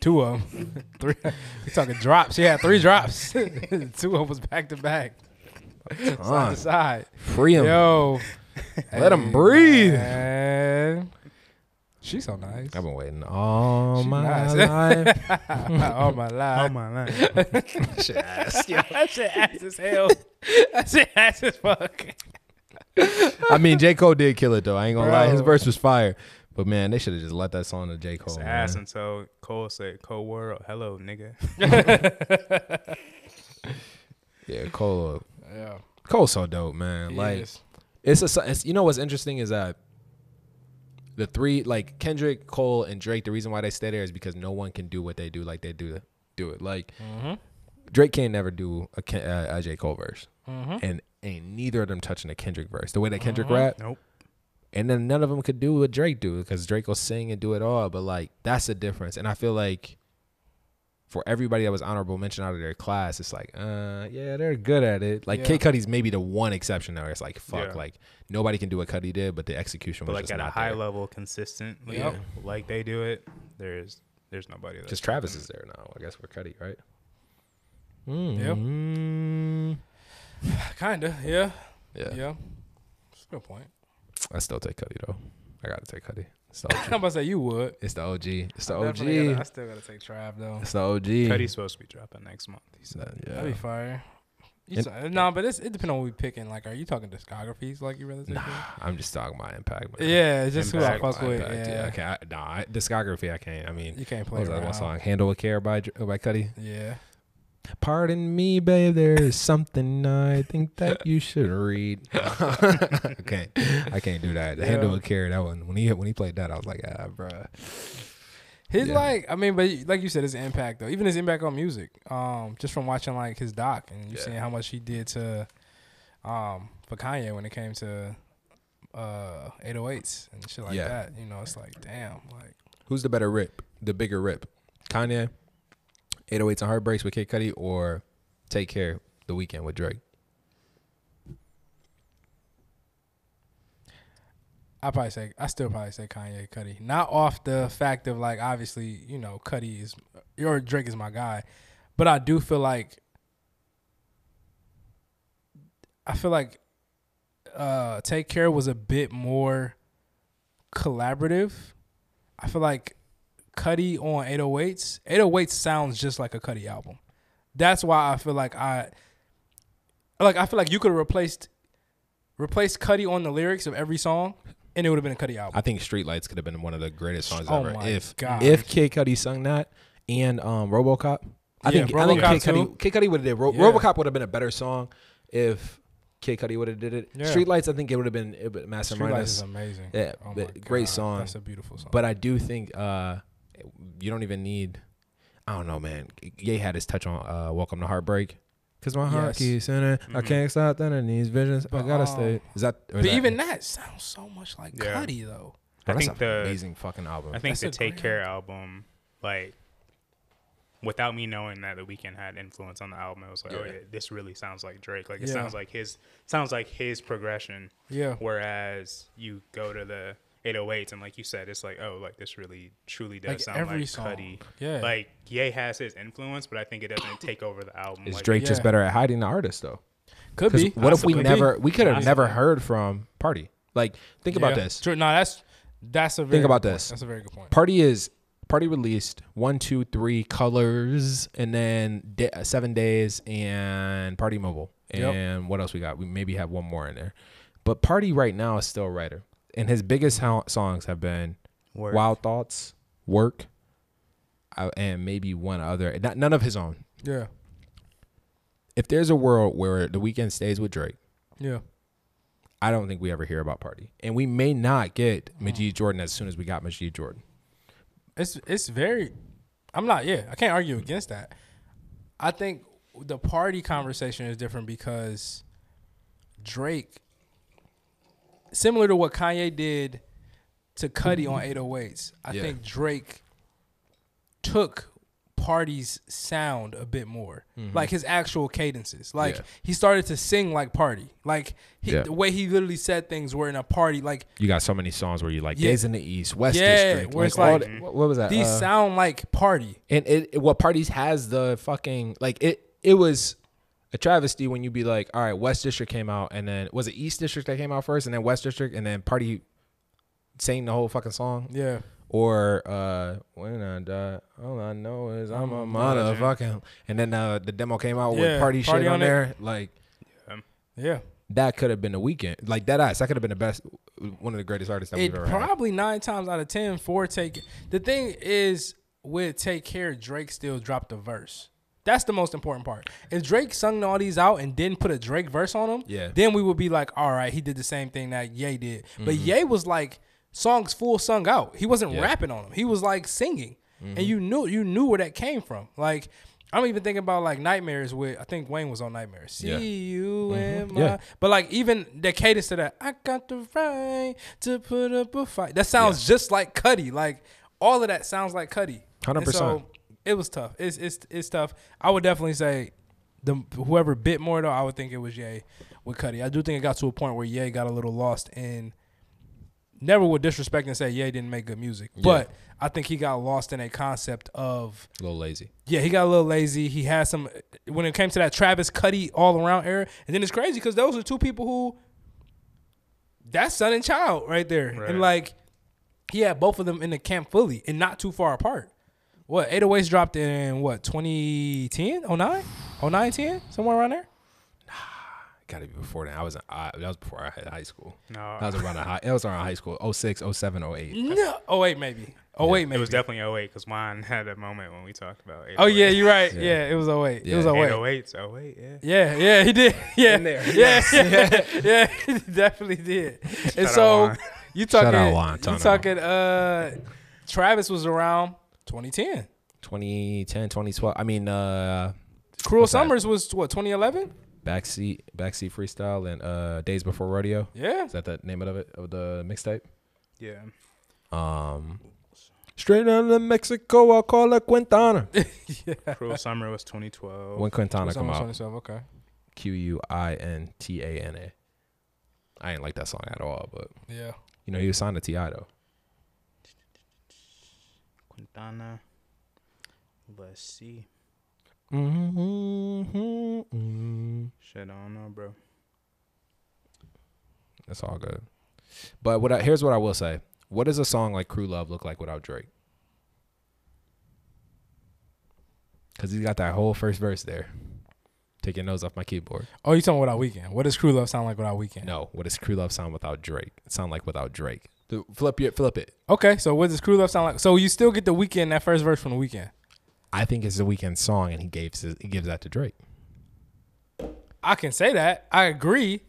Two of them, three. We talking drops. She had three drops. Two of them was back to back, side Uh, to side. free him. Yo, Let 'em breathe. man. She's so nice. I've been waiting all She my nice. life. All my Oh life. my life. Shit, ass. That shit ass as hell. That shit ass as fuck. I mean, J Cole did kill it though. I ain't gonna lie, his Bro. verse was fire. But man, they should have just let that song to J Cole. It's man. ass until Cole said, "Cold world, hello, nigga." Yeah, Cole. Yeah, Cole's so dope, man. like yes. it's a. so- It's, you know what's interesting is that the three like Kendrick, Cole, and Drake. The reason why they stay there is because no one can do what they do like they do do it. Like Mm-hmm. Drake can't never do a, Ken- uh, a J Cole verse, Mm-hmm. and ain't neither of them touching a Kendrick verse. The way that Kendrick rap, Nope. and then none of them could do what Drake do because Drake will sing and do it all. But like that's the difference, and I feel like for everybody that was honorable mention out of their class, it's like, uh, yeah, they're good at it. Like Yeah. Kid Cudi's maybe the one exception there. It's like fuck, Yeah. like nobody can do what Cudi did, but the execution But was like just at a not high there. level, consistently, Yep. like they do it. There's there's nobody. that's Just Travis is there now, I guess. For Cudi, right? Mm-hmm. Kinda. Yeah. Yeah. Yeah. That's a good point. I still take Cudi though. I gotta take Cudi. It's the I'm OG. about to say you would. it's the OG. It's the Definitely gotta- I OG. still gotta take Trav though. It's the OG. Cudi's supposed to be dropping next month. He said. Yeah. That'd be fire. You And- saw- nah, but it's, it depends on what we picking. Like, are you talking discographies? Like, you rather take? it? I'm just talking about impact. man. Yeah, it's just who I Impact, fuck with. Impact, Yeah, I can't. I, nah, I- discography. I can't. I mean, you can't what play was that around. one song? "Handle with Care" by Dr- by Cudi. Yeah, Pardon me, babe. There is something I think that you should read. okay, I can't do that. The "Handle Yeah. with Care" that one. When he when he played that, I was like, ah, bruh. his Yeah. like, I mean, but like you said, his impact though, even his impact on music, um, just from watching like his doc and you Yeah. seeing how much he did to, um, for Kanye when it came to, uh, 808s and shit like Yeah. that. You know, it's like, damn, like, Who's the better rip? The bigger rip? Kanye, 808s and Heartbreaks with Kid Cudi, or Take Care, The Weekend with Drake? I probably say I still probably say Kanye Cuddy. Not off the fact of like obviously, you know, Cuddy is or Drake is my guy. But I do feel like I feel like uh Take Care was a bit more collaborative. I feel like Cuddy on 808s, 808s sounds just like a Cuddy album. That's why I feel like I like I feel like you could have replaced replaced Cuddy on the lyrics of every song and it would have been a Cuddy album. I think Streetlights could have been one of the greatest songs Oh ever. my if God. if Kid Cudi sung that and um, RoboCop, I Yeah, think I think RoboCop Kid too. Cudi, Kid Cudi would have did Ro- Yeah. RoboCop would have been a better song if Kid Cudi would have did it. Yeah. Streetlights, I think it would have been it, would- Master Streetlights is Minus. amazing. Yeah, Oh but my great God, song. That's a beautiful song. But I do think uh, you don't even need. I don't know, man. Ye had his touch on uh, "Welcome to Heartbreak." Cause my Yes. heart Mm-hmm. keeps in it. I can't stop thinking these visions. I But, gotta um, stay. Is that? Or but is that- even that sounds so much like Yeah. Cuddy though. Bro, I that's think an the amazing fucking album. I think That's the a Take great Care album, like, without me knowing that The Weeknd had influence on the album, I was like, oh yeah, this really sounds like Drake. Like it Yeah. sounds like his sounds like his progression. Yeah. Whereas you go to the 808s and like you said, it's like oh like this really truly does Like, sound every like song. Cudi. Yeah. Like Ye has his influence, but I think it doesn't take over the album. Is like, Drake just yeah. better at hiding the artist though? Could Because be. what if we Could be. never? We could have Possibly. never heard from Party. Like, think about Yeah. this. True. No, that's That's a very about good point. this. That's a very good point. Party is party released one, two, three colors, and then da- uh, seven days and party mobile. Yep. And what else we got? We maybe have one more in there, but party right now is still writer, and his biggest ho- songs have been Work. Wild Thoughts, Work, uh, and maybe one other. Not, none of his own. Yeah, If there's a world where the weekend stays with Drake. yeah. I don't think we ever hear about Party. And we may not get Mm. Majid Jordan as soon as we got Majid Jordan. It's it's very. I'm not. Yeah, I can't argue against that. I think the party conversation is different because Drake, similar to what Kanye did to Cudi on 808s, I Mm-hmm. Yeah. think Drake took Party's sound a bit more, like his actual cadences. Like Mm-hmm. Yeah. he started to sing like Party, like he, Yeah. the way he literally said things were in a party. Like You got so many songs where you like Yeah. Days in the East, West Yeah, District. where it's all like, the- what what was that? these Uh, sound like Party. and it, it- what Parties has the fucking like it it was a travesty when you be like, all right, West District came out and then was it East District that came out first and then West District and then Party sang the whole fucking song? Yeah. Or uh when I die, all I know is I'm a motherfucking and then uh the demo came out Yeah, with party, Party shit on, on it. there. Like Yeah. that could have been a weekend. Like that ass, that could have been the best, one of the greatest artists that it we've ever had. probably nine times out of ten for take. The thing is with Take Care, Drake still dropped a verse. That's the most important part. If Drake sung all these out and didn't put a Drake verse on them, Yeah. then we would be like, all right, he did the same thing that Ye did. But Mm-hmm. Ye was like songs full sung out. He wasn't rapping on them. He was like singing, Mm-hmm. and you knew you knew where that came from. Like. I'm even thinking about like nightmares with I think Wayne was on nightmares. See Yeah. Mm-hmm. you in my Yeah. but like even the cadence to that, I got the right to put up a fight. That sounds just like Cuddy. Like all of that sounds like Cuddy. 100%. It was tough. It's it's it's tough. I would definitely say the whoever bit more though, I would think it was Ye with Cuddy. I do think it got to a point where Ye got a little lost in. Never would disrespect and say Ye didn't make good music, but I think he got lost in a concept of A little lazy. yeah, he got a little lazy. He had some when it came to that Travis Cuddy all around era, and then it's crazy because those are two people who that's son and child right there, Right. and like he had both of them in the camp fully and not too far apart. What 808s dropped in what 2010, 09, 09, 10, somewhere around there. Got to be before that. I was I, that was before I had high school. No. that was around a high. That was around high school. 06, 07, 08. No, oh wait, maybe. Oh wait, maybe. It was definitely 08 because mine had a moment when we talked about 08. oh yeah, you're right. Yeah, it was 08. It was Yeah. 08. 808, 08, yeah. Yeah, yeah, he did. Yeah, there. yeah, yeah, yeah, he definitely did. and out so Lon. you talking, Shout out Lon, you ton of talking. Uh, Travis was around 2010. 2010, 2012. I mean, uh, Cruel What's that? Summers was what 2011. backseat, backseat freestyle, and uh, days before rodeo. Yeah, Is that the name of it of the mixtape? Yeah. Um, straight out of Mexico, I'll call it Quintana. Cruel Summer was 2012. when Quintana come Summers out, 2012. Okay, Q U I N T A N A. I ain't like that song at all, but yeah. you know he was signed to Ti though. Quintana. Let's see. Mm-hmm. Shit, I don't know, bro. That's all good. But what I, here's what I will say: What does a song like "Crew Love" look like without Drake? Because he's got that whole first verse there. Take your nose off my keyboard. Oh, you talking without weekend? What does Crew Love sound like without weekend? No, what does "Crew Love" sound without Drake? It sound like without Drake. The- Flip it, flip it. Okay, so what does Crew Love sound like? So you still get the weekend that first verse from the weekend. I think it's the weekend song, and he gave his- he gives that to Drake. I can say that. I agree,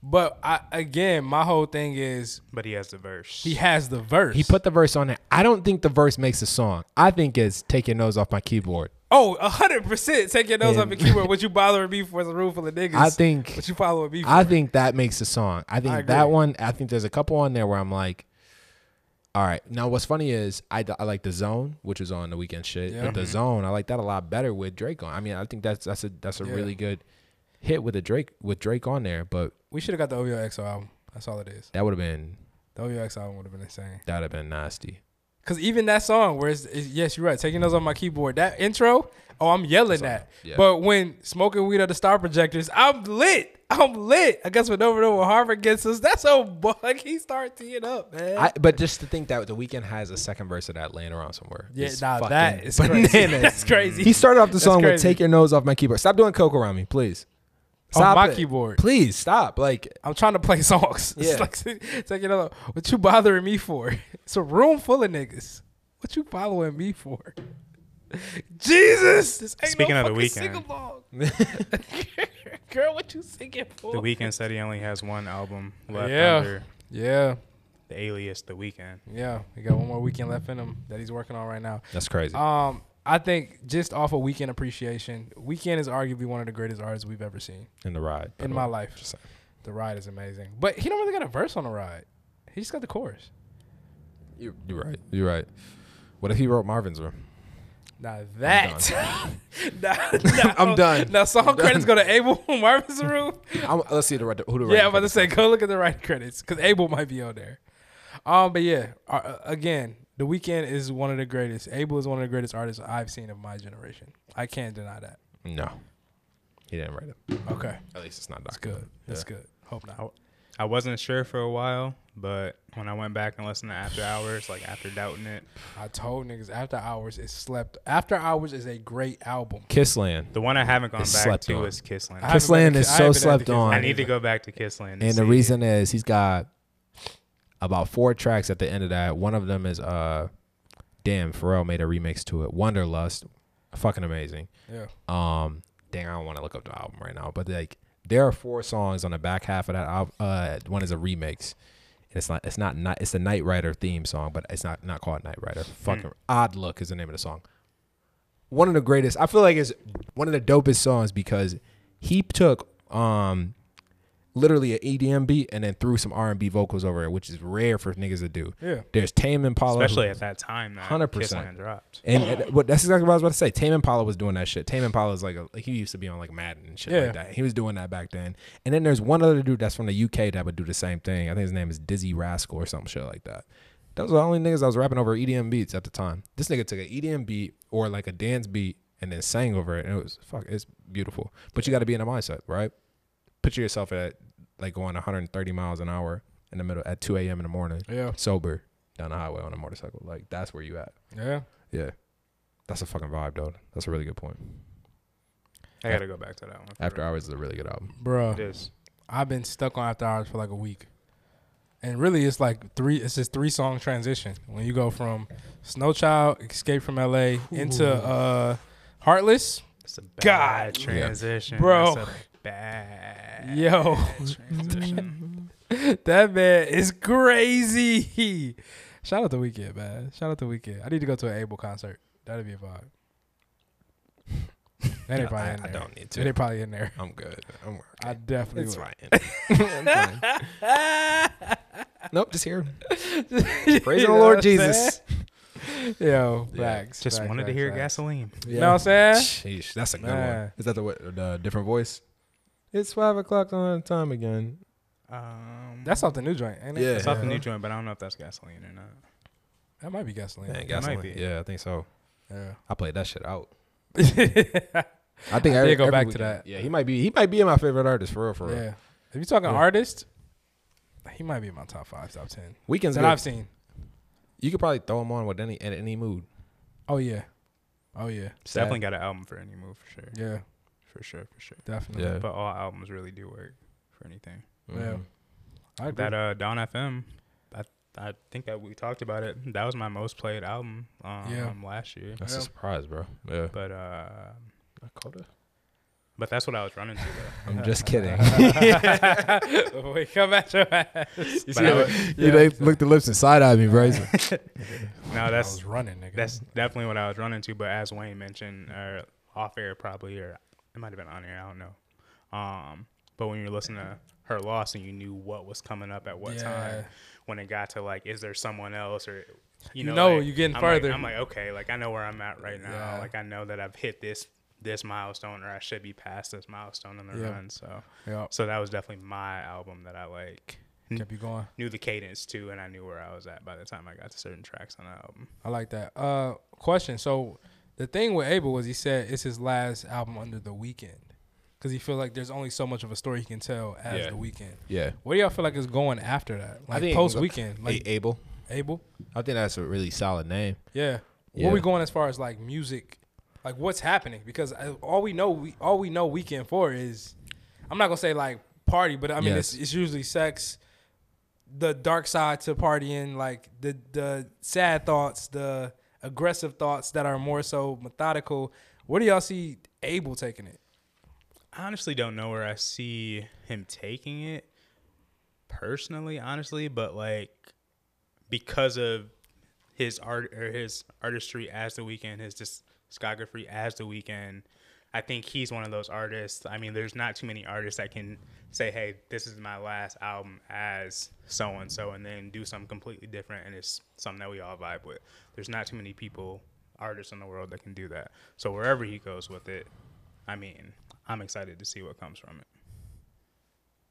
but I again, my whole thing is But he has the verse. he has the verse. He put the verse on it. I don't think the verse makes a song. I think it's "Take your nose off my keyboard." Oh, a hundred percent. Take your nose off And- the keyboard. What you bothering me for is a room full of niggas. I think- What you following me for? I think that makes a song. I think I that agree. one. I think there's a couple on there where I'm like, all right. Now what's funny is I, I like the zone, which is on the weekend shit. Yeah. Mm-hmm. But the zone, I like that a lot better with Drake on. I mean, I think that's that's a that's a Yeah. really good hit with a Drake with Drake on there. But we should have got the OVO XO album. That's all it is. that would have been The OVO XO album would have been insane. that would have been nasty. Cause even that song, where it's, it's- yes, you're right. Taking those on my keyboard. That intro. Oh, I'm yelling that. yeah. But when smoking weed at the star projectors, I'm lit. I'm lit. I guess when over and over Harvard gets us, that's so boy. Like he start teeing up, man. I, but just to think that the weekend has a second verse of that laying around somewhere. yeah, is nah, fucking that is bananas. crazy. That's crazy. He started off the That's song with crazy. "Take your nose off my keyboard." Stop doing coke around me, please. On Stop my it. keyboard. Please stop. Like I'm trying to play songs. Yeah. It's like, it's like, you know, what you bothering me for? It's a room full of niggas. What you following me for? Jesus! This ain't Speaking no of The fucking Weeknd. sing-along. Girl, what you singing for? The Weeknd said he only has one album left Yeah. under Yeah, the alias The Weeknd. yeah. He got one more weekend left in him that he's working on right now. that's crazy. Um, I think just off of weekend appreciation, weekend is arguably one of the greatest artists we've ever seen in the ride in my life. The ride is amazing, but he don't really got a verse on the ride. He just got the chorus. You're, you're right. You're right. What if he wrote Marvin's room? Now that, Nah, nah. I'm done. Now song credits go to Abel Marvin's room. I'm, let's see the right- who the yeah, right I'm about to is. say go look at the right credits because Abel might be on there. Um, but yeah, uh, again, The Weeknd is one of the greatest. Abel is one of the greatest artists I've seen of my generation. I can't deny that. No, he didn't write it. Okay, At least it's not that's good. That's good. Hope I, not. I wasn't sure for a while, but when I went back and listened to After Hours, like after doubting it, I told niggas After Hours is slept. After Hours is a great album. Kissland. the one I haven't gone It's back slept to on. is Kissland. I haven't Kissland been to- is I so haven't been to slept Kissland. on. I need to go back to Kissland. to And the see. reason is he's got about four tracks at the end of that. One of them is uh, damn Pharrell made a remix to it. Wonderlust, fucking amazing. Yeah. Um, dang, I don't want to look up the album right now, but like there are four songs on the back half of that album. Uh, one is a remix. And it's not. It's not. Not. It's the Knight Rider theme song, but it's not. Not called Knight Rider. Hmm. Fucking Odd Look is the name of the song. One of the greatest. I feel like it's one of the dopest songs because he took um literally an EDM beat and then threw some R and B vocals over it, which is rare for niggas to do. Yeah. There's Tame Impala, especially who- at that time, that 100%. Kissland dropped. and and what that's exactly what I was about to say. Tame Impala was doing that shit. Tame Impala is like a, like he used to be on like Madden and shit Yeah. like that. He was doing that back then. And then there's one other dude that's from the UK that would do the same thing. I think his name is Dizzy Rascal or some shit like that. Those are the only niggas I was rapping over EDM beats at the time. This nigga took an EDM beat or like a dance beat and then sang over it, and it was fuck, it's beautiful. But you got to be in a mindset, right? Picture yourself at like going 130 miles an hour in the middle at 2 a.m. in the morning, Yeah. sober down the highway on a motorcycle. Like that's where you at. Yeah. Yeah. That's a fucking vibe, dude. That's a really good point. I gotta go back to that one. for After real. Hours is a really good album. Bruh. It is. I've been stuck on After Hours for like a week, and really, it's like three. It's this three song transition when you go from Snow Child, Escape from L.A. into uh, Heartless. It's a God. bad transition, Bro. That's a bad Yo, transition. that man is crazy. Shout out to Weekend, man. Shout out to Weekend. I need to go to an Abel concert. That'd be a vibe. That ain't probably I, in I there. don't need That ain't to. probably in there. I'm good. I'm working. I definitely it's would. fine. I'm fine. Nope, just here. Praise You the know what Lord I'm saying? Jesus. Yo, Yeah. facts. Just facts, wanted to facts, hear facts. gasoline. You know what I'm saying? Sheesh, that's a good Man. one. Is that the, what- the different voice? It's five o'clock on time again. Um, That's off the new joint, ain't it? Yeah. that's off the new joint, but I don't know if that's gasoline or not. That might be gasoline. Man, That might Gasoline. be. Yeah, I think so. Yeah. I played that shit out. yeah. I think I every- did go every back to weekend. that. Yeah, he might be. He might be my favorite artist for real. For real. If you're talking artist, he might be in my top five, top ten Weekends that good. I've seen. You could probably throw him on with any at any mood. Oh yeah, oh yeah, It's definitely got an album for any move for sure, yeah, for sure, for sure. definitely. Yeah. Mm-hmm. But all albums really do work for anything. Yeah. I agree. That uh, Don FM, I I think that we talked about it. That was my most played album um, Yeah. last year. That's Yeah. a surprise, bro. Yeah. But uh, Dakota. but that's what I was running to. Though. I'm just kidding. Wait, come at your ass. But see I how was- You they looked the lips and side eyed me, bro. He's like, no, I that's was running, nigga. that's definitely what I was running to. But as Wayne mentioned, or off air probably, or it might have been on air. I don't know. Um, but when you're listening to her loss and you knew what was coming up at what time, Yeah. when it got to like, is there someone else or You you know, know like, you're getting I'm like- further. I'm like, okay, like I know where I'm at right now. Yeah. Like I know that I've hit this this milestone or I should be past this milestone on the Yeah. run. So Yeah. so that was definitely my album that I like Kept you going. knew the cadence to and I knew where I was at by the time I got to certain tracks on the album. I like that. Uh, question. So the thing with Abel was he said it's his last album under the weekend. because he feel like there's only so much of a story he can tell as Yeah. the weekend. Yeah. Where do y'all feel like it's going after that? I think Like it can go- post weekend, like A- Abel. Abel. I think that's a really solid name. Yeah. Where we Yeah. going as far as like music, like what's happening? Because I- all we know, we all we know weekend four is, I'm not gonna say like party, but I mean Yes. it's, it's usually sex, the dark side to partying, like the the sad thoughts, the aggressive thoughts that are more so methodical. Where do y'all see Abel taking it? I honestly don't know where I see him taking it personally, honestly, but like because of his art or his artistry as the weekend, his discography as the weekend, I think he's one of those artists. I mean, there's not too many artists that can say, "Hey, this is my last album as so and so," and then do something completely different, and it's something that we all vibe with. There's not too many people, artists in the world that can do that. So wherever he goes with it, I mean, I'm excited to see what comes from it.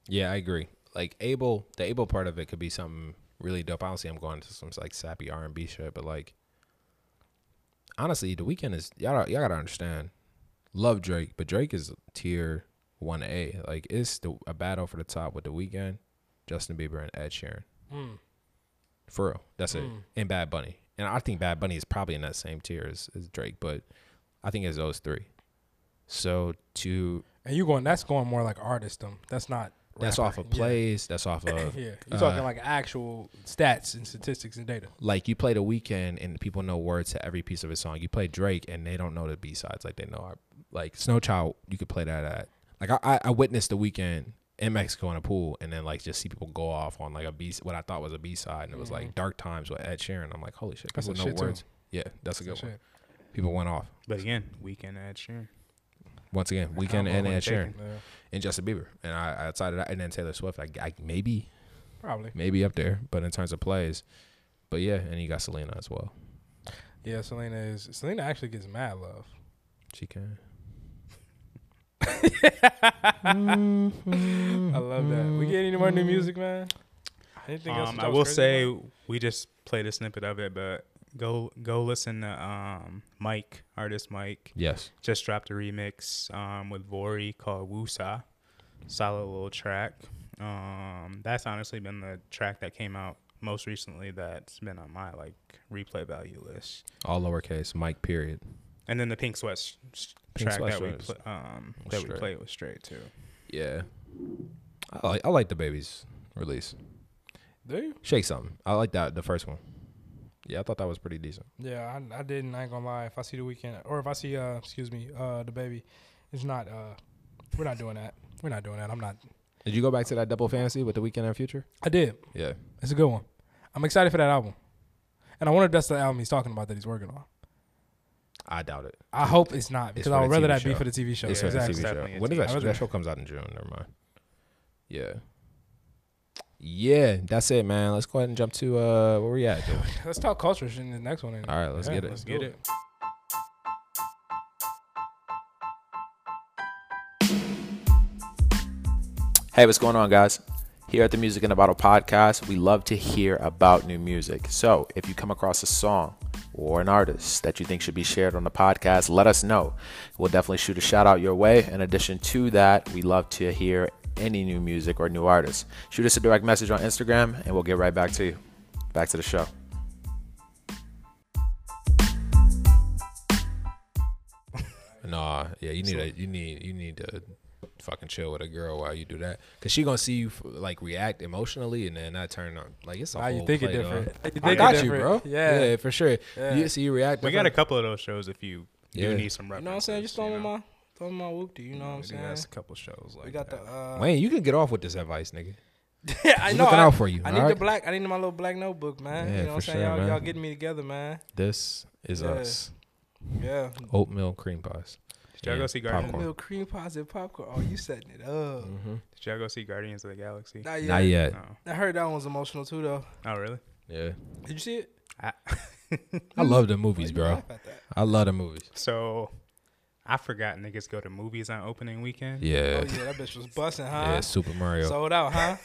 Yeah, I agree. Like Abel, the Abel part of it could be something really dope. Honestly, I'm going to some like sappy R and B shit, but like honestly, the weekend is y'all. Y'all gotta understand. Love Drake, but Drake is tier one A. Like it's the, a battle for the top with the weekend, Justin Bieber and Ed Sheeran. Hmm. For real, that's it. And Bad Bunny, and I think Bad Bunny is probably in that same tier as, as Drake, but I think it's those three. So to And you going? That's going more like artistdom. That's not. that's rapper. off of Uh, Yeah. plays. That's off of Yeah, you're talking like actual stats and statistics and data. like you play the weekend and people know words to every piece of his song. You play Drake and they don't know the B sides like they know our like Snow Child. You could play that at like I- I, I witnessed the weekend in Mexico in a pool and then like just see people go off on like a B what I thought was a B side and it was like Dark Times with Ed Sheeran. I'm like holy shit, Mm-hmm. That's people a know shit too. words. Yeah, that's a good a one. shit. People went off But again, weekend Ed Sheeran. once again. Weekend Alcohol and Ed and Sheeran taken. Yeah, and Justin Bieber and I outside of that and then Taylor Swift. I, I maybe probably. maybe up there, but in terms of plays, but yeah, and you got Selena as well. Yeah, Selena is. Selena actually gets mad love. She can. I love that. We get any more new music, man? Anything else? Um, that I was will crazy, say man? we just played a snippet of it, but go go listen to um, Mike, artist Mike, Yes. just dropped a remix um, with Vori called Wusa. Solid little track. Um, that's honestly been the track that came out most recently that's been on my like replay value list. All lowercase, Mike, period. And then the Pink Sweat s- s- Pink track Sweat that we was- pl- um, that we straight. played was straight too. Yeah. I like, I like the baby's release. Do you? Shake something. I like that the first one. Yeah, I thought that was pretty decent. Yeah, I, I didn't. I ain't gonna lie. If I see the weekend, or if I see, uh, excuse me, uh, the baby, it's not. Uh, we're not doing that. We're not doing that. I'm not. Did you go back to that double fantasy with the weekend and future? I did. Yeah. It's a good one. I'm excited for that album, and I wonder if that's the album he's talking about that he's working on. I doubt it. I hope it's not because for I the would rather TV that be show. for the TV show. It's Oh, Yeah, for the exactly. TV definitely show. a When does TV that, show. that show comes out in June? Never mind. Yeah. Yeah, that's it, man. Let's go ahead and jump to uh where we at. dude? Let's talk culture shit in the next one. then. All right, let's Yeah, get it. let's Get do it. Hey, what's going on, guys? Here at the Music in a Bottle podcast, we love to hear about new music. So if you come across a song or an artist that you think should be shared on the podcast, let us know. We'll definitely shoot a shout out your way. In addition to that, we love to hear any new music or new artists. Shoot us a direct message on Instagram and we'll get right back to you. Back to the show. Nah, yeah, you need a, you need you need to fucking chill with a girl while you do that, cause she gonna see you f- like react emotionally, and then that turn on like it's a Now you whole think it play, different. dog. You think I it got you, different. bro. Yeah. yeah, for sure. You see you react. We got a couple of those shows if you Yeah. do need some references. You know what I'm saying? Just you throwing know? my throwing my whoop you know what I'm Maybe saying? that's a couple shows like We got that. the uh Wayne, you can get off with this advice, nigga. I We're know looking I, out for you, I need the alright? black I need my little black notebook, man. Yeah, you know what I'm for saying? sure, y'all, man. y'all getting me together, man. This is Yeah. us. Yeah. Oatmeal cream pies. Did y'all go and see Guardians? popcorn. Little cream pies and popcorn. Oh, you setting it up. Did y'all go see Guardians of the Galaxy? Not, yet. Mm-hmm. Not yet. No. I heard that one's emotional too though. Oh, really? Yeah, Did you see it? I, I love the movies, bro. About that. I love the movies. so I forgot niggas go to movies on opening weekend. Oh Yeah, yeah, that bitch was busting, huh? yeah. Super Mario. Sold out, huh?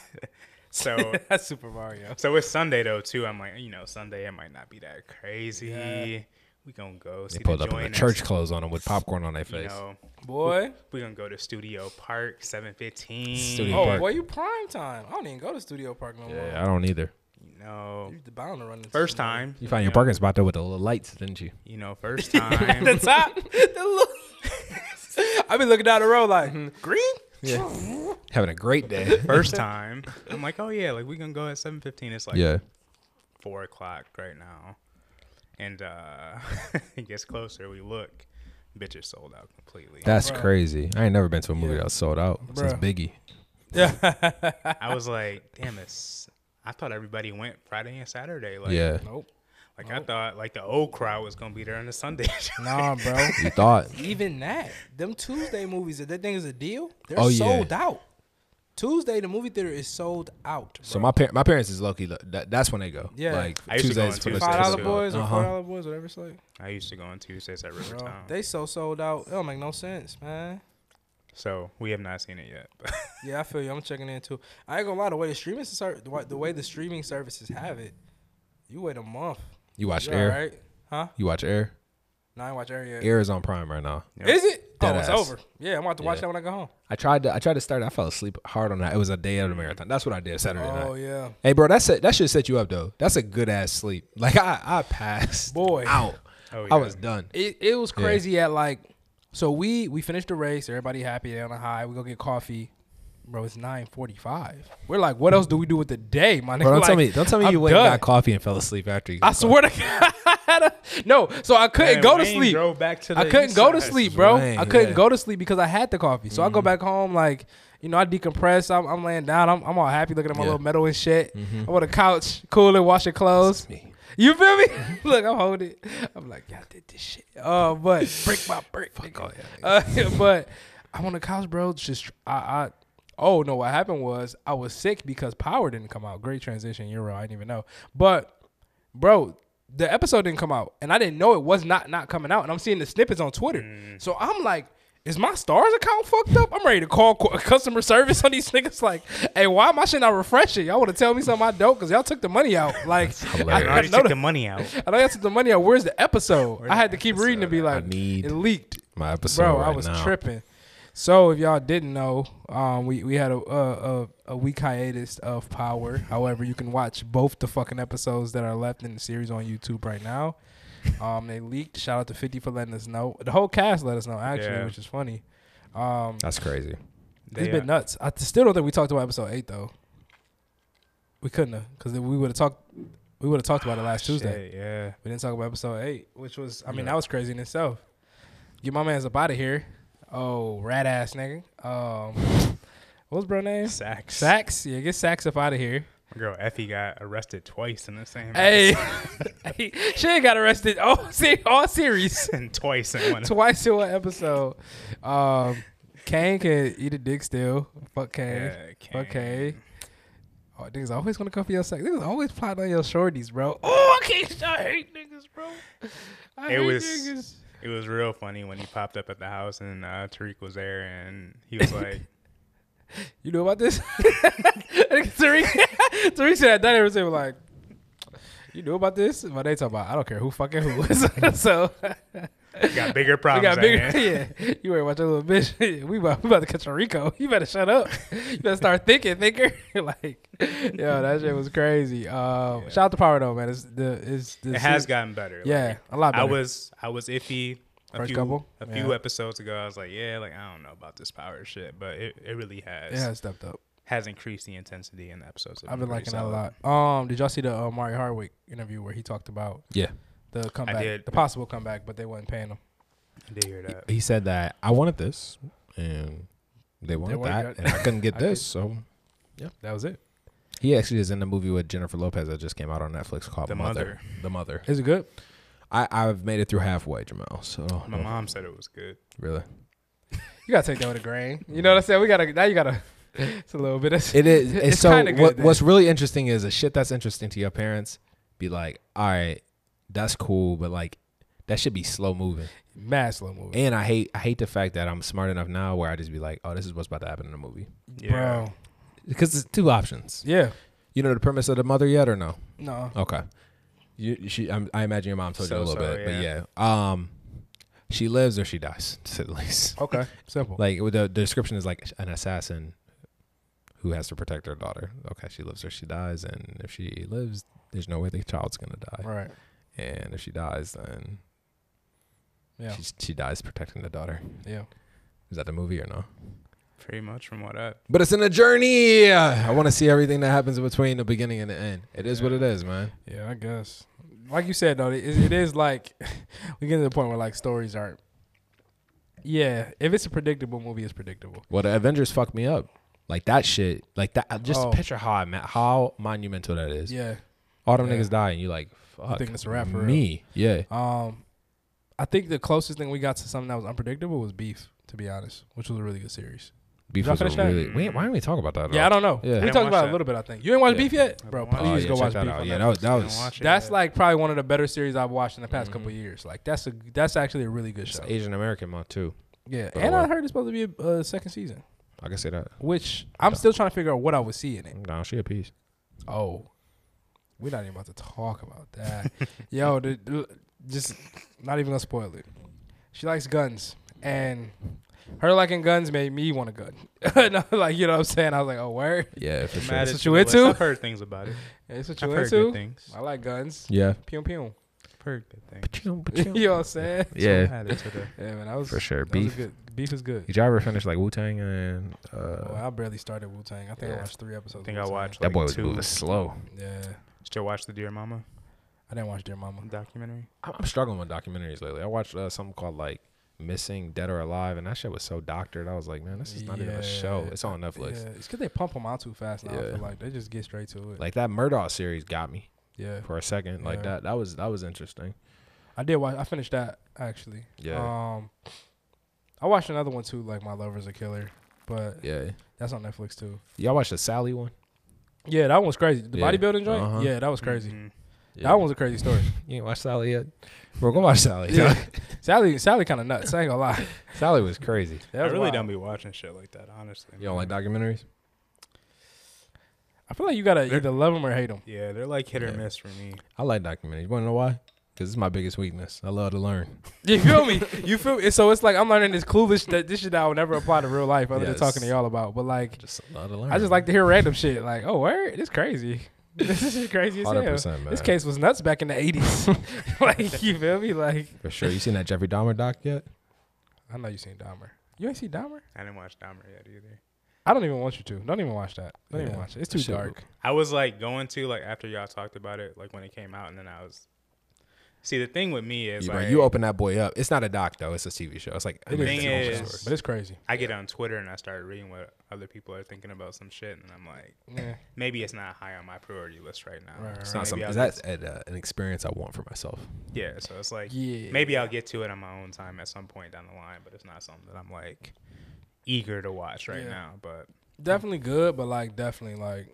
So That's Super Mario. so it's Sunday though too. I'm like, you know, Sunday it might not be that crazy. we gonna go see They pulled the up in joint the next- church clothes on them with popcorn on their You face. know, Boy. we gonna go to Studio Park, seven fifteen. Studio- Oh, Park. boy, you prime time. I don't even go to Studio Park no more. Yeah, I don't either. You know, You bound to run into first somebody. time. You found your parking spot there with the little lights, didn't you? You know, first time. The top. The look. I be looking down the road like Mm-hmm. green. Having a great day. first time. I'm like, oh yeah, like we gonna go at seven fifteen. It's like yeah. four o'clock right now. And uh it gets closer, we look, bitch is sold out completely. That's crazy. I ain't never been to a movie that was sold out since Bruh. Biggie. I was like, damn this I thought everybody went Friday and Saturday. Like Yeah. Nope. like I thought like the old crowd was gonna be there on the Sunday. Nah, bro. You thought. Even that, them Tuesday movies, if that thing is a deal, they're Oh, yeah. sold out. Tuesday, the movie theater is sold out. So my par- my parents is low-key, lo- that, that's when they go. Yeah. Like I used to go on for the- Tuesdays. Five dollar Yeah. boys or Uh-huh. four dollar boys, whatever it's like. I used to go on Tuesdays at River Bro, Town. they so sold out. It don't make no sense, man. so we have not seen it yet. But Yeah, I feel you. I'm checking in too. I ain't gonna lie. The way the streaming ser- the way- the way the streaming services have it, you wait a month. You watch You all Air. right? Huh? You watch Air. No, I ain't watch Air yet. Air is on Prime right now. Is it? Dead oh, it's ass. over. Yeah, I'm about to watch Yeah. that when I go home. I tried to I tried to start. it. I fell asleep hard on that. It was a day of the marathon. That's what I did Saturday night. Oh yeah. Hey, bro, that's a, that should set you up though. That's a good ass sleep. Like I, I passed. Boy. out. Oh, I yeah. was done. It it was crazy at like so we we finished the race, everybody happy, they on a high, we go get coffee. Bro, it's nine forty five. We're like, what else do we do with the day, my nigga? Bro, don't Like, tell me, don't tell me I'm you went done. and got coffee and fell asleep after you. I got swear to God, I had a, no. So I couldn't Man, go to Wayne sleep. drove back to I the couldn't east go to side. Mm-hmm. sleep, bro. Wayne, I couldn't yeah. go to sleep because I had the coffee. So I go back home, like you know, I decompress. I'm, I'm laying down. I'm, I'm all happy looking at my Yeah. Mm-hmm. little metal and shit. I'm on the couch, cooling, washing clothes. me. You feel me? Look, I'm holding. it. I'm like, y'all did this shit. Uh, but brick by brick. nigga. uh, but I'm on the couch, bro. Just I, I. Oh no, what happened was I was sick because power didn't come out. Great transition, Euro. I didn't even know, but bro, the episode didn't come out, and I didn't know it was not not coming out, and I'm seeing the snippets on Twitter. So I'm like, is my stars account fucked up? I'm ready to call cu- customer service on these niggas. Like, hey, why am I shit not refreshing? Y'all want to tell me something I don't? Cause y'all took the money out. Like, I, I hilarious. I already know took the the, money out. I know y'all took the money out. Where's the episode? I had to keep reading to be like, need it leaked. my episode. Bro, I right was now. tripping. So if y'all didn't know, um, we, we had a, a a a week hiatus of Power. However, you can watch both the fucking episodes that are left in the series on YouTube right now. Um, they leaked. Shout out to Fifty for letting us know. The whole cast let us know actually, Yeah. which is funny. That's crazy. it's They, been uh, nuts. I still don't think we talked about episode eight though. We couldn't have because we would have talked. We would have talked about it last Tuesday. Ah, Shit, yeah. We didn't talk about episode eight, which was I mean that was crazy in itself. Get my man's up out of here. Oh, rat ass nigga. Um, what's bro name? Sacks. Sax. Yeah, get Sax up out of here. My girl Effie got arrested twice in the same Hey, Hey, she ain't got arrested. Oh, see, all series and twice in one twice in one episode. Um, Kane can eat a dick still. Fuck Kane. Yeah, Fuck Kane. Kane. Oh, niggas always gonna come for your sex. Niggas always plotting on your shorties, bro. Oh, I can't. I hate niggas, bro. I It hate was- niggas. It was real funny when he popped up at the house and uh, Tariq was there and he was like, you know about this? Tariq, Tariq said that every single like, you know about this? But they talk about I don't care who fucking who. So- so "We got bigger we problems." got bigger. at hand." Yeah, you ain't watching little bitch. we about we about to catch a Rico. You better shut up. You better start thinking, thinker. like, yo, that shit was crazy. Um, Shout out to Power though, man. It's the it's the It has gotten better. like, yeah a lot. Better. I was I was iffy a First few couple? a few Yeah. episodes ago. I was like, "Yeah, like I don't know about this power shit," but it, it really has it has stepped up. has increased the intensity in the episodes. I've been liking that pretty a lot. Um, did y'all see the uh, Mari Hardwick interview where he talked about Yeah. the comeback, did. the possible comeback, but they wasn't paying him. solid. I did hear that. He said that I wanted this, and they wanted wanted that, that. and I couldn't get I this. So That was it. he actually is in the movie with Jennifer Lopez that just came out on Netflix called The Mother. Mother. The Mother. Is it good? I I've made it through halfway, Jamal. So My mom said it was good. really, You gotta take that with a grain. You know what I'm saying? We gotta now you gotta. It's a little bit. It's, It is. It's, so kinda good what, then. what's really interesting is the shit that's interesting to your parents. Be like, all right, that's cool, but like that should be slow moving. mad slow movie, And I hate I hate the fact that I'm smart enough now where I just be like, oh, this is what's about to happen in the movie bro. because it's two options. Yeah, You know the premise of the mother yet or no? no. Okay. You, she, I'm, I imagine your mom told you a So little sorry, bit, but yeah, um, she lives or she dies, to say the least. Okay, simple. Like with the, the description is like an assassin who has to protect her daughter. Okay, she lives or she dies, and if she lives, there's no way the child's gonna die. right. And if she dies, then Yeah. she she dies protecting the daughter. Yeah. Is that the movie or no? Pretty much from what I. But it's in a journey. I want to see everything that happens between the beginning and the end. It is what it is, man. Yeah, I guess. Like you said though, it, it is like we get to the point where like stories aren't. Yeah, if it's a predictable movie, it's predictable. Well, the Avengers fucked me up. Like that shit. Like that. Just Oh. picture how I, ma- how monumental that is. Yeah. All them Yeah. niggas die, and you like, fuck. think it's a wrap for me. Yeah. Um, I think the closest thing we got to something that was unpredictable was Beef, to be honest, which was a really good series. Beef y'all was a finish that? really. Wait, why didn't we talk about that? at Yeah, I all? don't know. Yeah. I We didn't talked watch about it a that. little bit, I think. You ain't watch Yeah. Beef yet, I bro. watched Please Oh, yeah, go check watch that Beef. out. on Yeah, Netflix. that was that was. That's like probably one of the better series I've watched in the past couple of years. Like that's a that's actually a really good it's show. Asian American month too. Yeah, but and what- I heard it's supposed to be a uh, second season, I can say that. which I'm still trying to figure out what I would see in it. No, she a piece. Oh, we're not even about to talk about that. Yo, the, the- just not even gonna spoil it. She likes guns, and her liking guns made me want a gun. And I'm like you know what I'm saying? I was like, oh, where? Yeah, for Mad That's at what you into? Melissa. I've heard things about it. That's what I've you heard good into? things. I like guns. Yeah. Pew pew. I've heard good things. you know what I'm saying? So mad at today. Yeah, man, that was For sure. that was a Beef. good, beef is good. Did y'all ever finish like Wu Tang and uh, Well, I barely started Wu Tang. I think I Yeah. watched three episodes. I of think I Wu-Tang. watched that like boy was two. moving slow? Yeah, Did you watch the Dear Mama I didn't watch Dear Mama. documentary? I'm I'm struggling with documentaries lately. I watched uh, something called like Missing Dead or Alive, and that shit was so doctored. I was like, man, this is not even Yeah. a show. It's on Netflix. Yeah, it's because they pump them out too fast now. I Yeah. feel like they just get straight to it. Like that Murdoch series got me yeah, for a second. Like Yeah. that, that was that was interesting. I did watch. I finished that actually. Yeah. Um, I watched another one too, like My Lover's a Killer, but Yeah, that's on Netflix too. y'all watched the Sally one? Yeah, that one's crazy. The Yeah. bodybuilding joint. Uh-huh. Yeah, that was crazy. Mhm. Yeah. That one's a crazy story. You ain't watched Sally yet? Bro, go watch Sally. yeah. Sally, Sally, kind of nuts. I ain't gonna lie. Sally was crazy. That I was really wild. don't be watching shit like that, honestly. You don't like documentaries? I feel like you gotta either love them or hate them. Yeah, they're like hit or Yeah. miss for me. I like documentaries. You want to know why? Because it's my biggest weakness. I love to learn. You feel me? You feel me? So it's like I'm learning this clueless that this shit that I would never apply to real life other than Yes. talking to y'all about. But like, Just love to learn. I just like to hear random shit. Like, oh, word, it's crazy. this is crazy as hell. 100%, man. This case was nuts back in the eighties. like, you feel me? Like, For sure. You seen that Jeffrey Dahmer doc yet? I know you seen Dahmer. You ain't seen Dahmer? I didn't watch Dahmer yet either. I don't even want you to. Don't even watch that. Don't even Yeah. watch it. It's That too shit dark. I was like going to like after y'all talked about it, like when it came out, and then I was. See, the thing with me is Yeah, like bro, you open that boy up. It's not a doc though. It's a TV show. It's like It thing too dark, is- but it's crazy. I get on Twitter and I start reading what other people are thinking about some shit, and I'm like, Yeah. maybe it's not high on my priority list right now. Right, So It's not maybe something. I'll Is get- that an, uh, an experience I want for myself? Yeah, so it's like Yeah. maybe I'll get to it on my own time at some point down the line, but it's not something that I'm like eager to watch right Yeah. now. But Definitely good, but like definitely like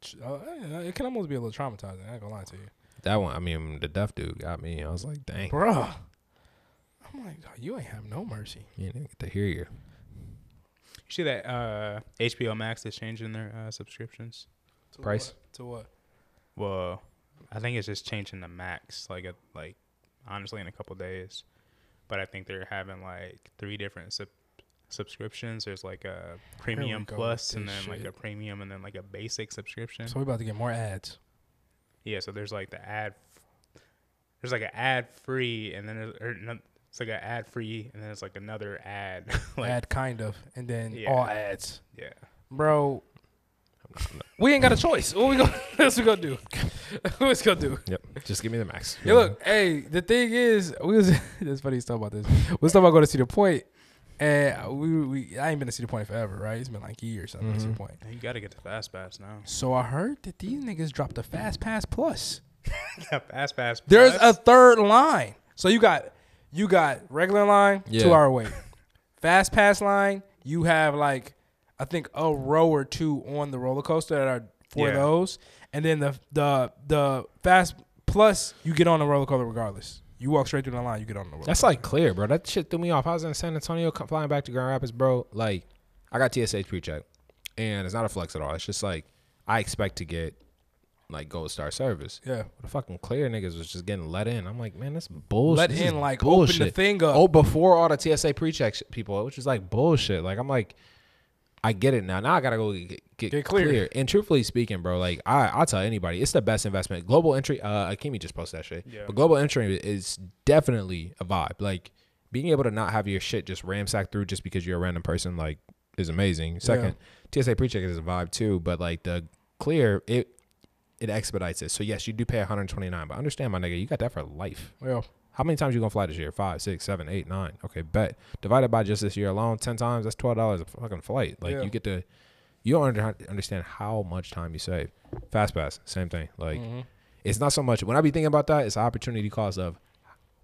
ch- uh, yeah, it can almost be a little traumatizing. I ain't gonna lie to you. That one. I mean, the deaf dude got me. I was like, dang, Bruh. I'm like, "Dawg, you ain't have no mercy. you didn't get to hear you. you see that uh, HBO Max is changing their uh, subscriptions. To Price? what? To what? Well, I think it's just changing the max, like at, like honestly in a couple days. But I think they're having like three different sub- subscriptions. There's like a premium go plus, with and this then like a shit. premium, and then like a basic subscription. So we about to get more ads. Yeah, so there's like the ad, there's like an ad free, and then there's, or no, it's like an ad free, and then it's like another ad. like, ad kind of, and then Yeah. all ads. yeah, Bro, we ain't got a choice. What we gonna what's we gonna do? what's gonna do? Yep. Just give me the max. Yeah, look, hey, the thing is, we was that's funny he's talking about this. We was talking about going to see the point, and we, we I ain't been to see the point forever, right? It's been like a year or something to see the point. you got to get the fast pass now. So I heard that these niggas dropped the fast pass plus. fast pass. There's Plus, a third line. So you got you got regular line, Yeah. two hour wait. Fast pass line, you have like I think a row or two on the roller coaster that are for Yeah. those. And then the the the fast plus you get on the roller coaster regardless. You walk straight through the line, you get on the roller That's like clear, bro. That shit threw me off. I was in San Antonio co- flying back to Grand Rapids, bro. Like, I got TSH pre-check, and it's not a flex at all. It's just like I expect to get like gold star service. Yeah. the fucking clear niggas was just getting let in. I'm like, man, that's bullshit. Let This is in, like, open the bullshit. thing up. Oh, before all the TSA pre-check sh- people, which is like bullshit. Like I'm like, I get it now. Now I gotta go get, get, Get clear. clear. And truthfully speaking, bro, like I I'll tell anybody, it's the best investment. Global entry, uh Akimi just posted that shit. But global entry is definitely a vibe. Like being able to not have your shit just ramsacked through just because you're a random person, like, is amazing. Second, TSA pre check is a vibe too, but like the clear, it it expedites it. So yes, you do pay 129, but understand my nigga, you got that for life. Yeah. How many times you gonna fly this year? Five, six, seven, eight, nine. Okay, bet. Divided by just this year alone, ten times. That's twelve dollars a fucking flight. Like Yeah. you get to, you don't under, understand how much time you save. Fast pass, same thing. Like Mm-hmm. it's not so much. When I be thinking about that, it's the opportunity cost of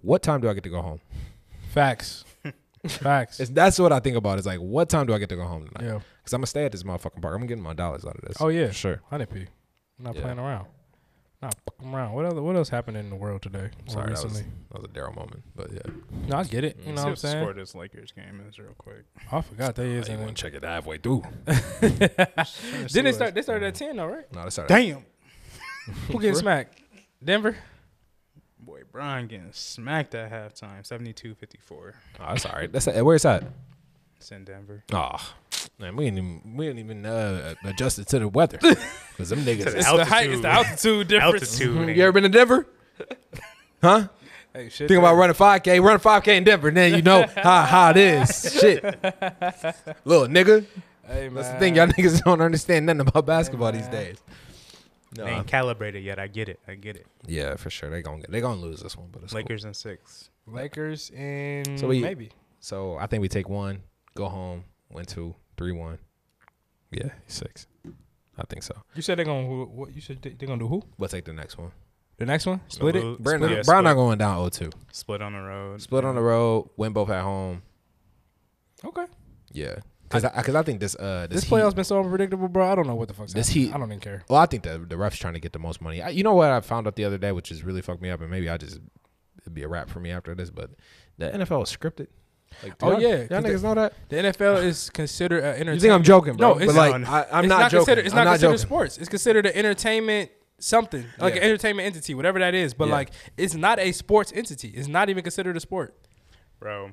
what time do I get to go home. Facts. Facts. It's, that's what I think about. It's like what time do I get to go home tonight? Yeah. Because I'm gonna stay at this motherfucking park. I'm getting my dollars out of this. oh yeah. for sure. Hundred P. I'm not Yeah. playing around. Not fucking around. What other what else happened in the world today? or Sorry, that was, Mm, recently. that was a Daryl moment, but yeah, No, I get it. You know what I'm See the score saying? of this Lakers game is real quick. I forgot they is I in want it. to check it halfway through. Then they start they started at ten though, right? no, that's all right. Damn, Who getting smacked? Denver? boy, Brian getting smacked at halftime, 72-54. Oh, that's all right. That's where's that? It's in Denver. Ah, man, we didn't even, we didn't even uh, adjust it to the weather because them niggas. It's the height, it's the altitude difference. Mm-hmm. Altitude. You ever been to Denver? Huh? Hey, shit. Think about running 5K, running 5K in Denver, and then you know how how it is. Shit, little nigga. hey, man. That's the thing, y'all niggas don't understand nothing about basketball these days. They ain't calibrated yet. I get it. I get it. Yeah, for sure. They gonna they gonna lose this one, but it's cool. Lakers in six. Lakers in So we- maybe. So I think we take one, go home, win two, three one. Yeah, six. I think so. You said they're gonna who- what you said they- they're gonna do who? We'll take the next one. The next one? Split it? Split- Brown, yeah, Brown not split, going down 0-2. split on the road. Split on the road, win both at home. Okay. Yeah, because I, because I think this uh this, This playoff's Heat- been so unpredictable, bro. I don't know what the fuck's This happening. Heat- I don't even care. well, I think the the refs trying to get the most money. I, you know what I found out the other day, which is really fucked me up, and maybe I just it'd be a wrap for me after this. But the NFL is scripted. Like, do Oh, y'all- yeah, y'all 'cause niggas they- know that. The NFL is considered an entertainment. You think I'm joking, bro? No, but it's like not. I, I'm it's not, joking. Considered, it's I'm not, not considered joking. sports. It's considered an entertainment something, like an Yeah. entertainment entity, whatever that is. But Yeah. like, it's not a sports entity. It's not even considered a sport. Bro,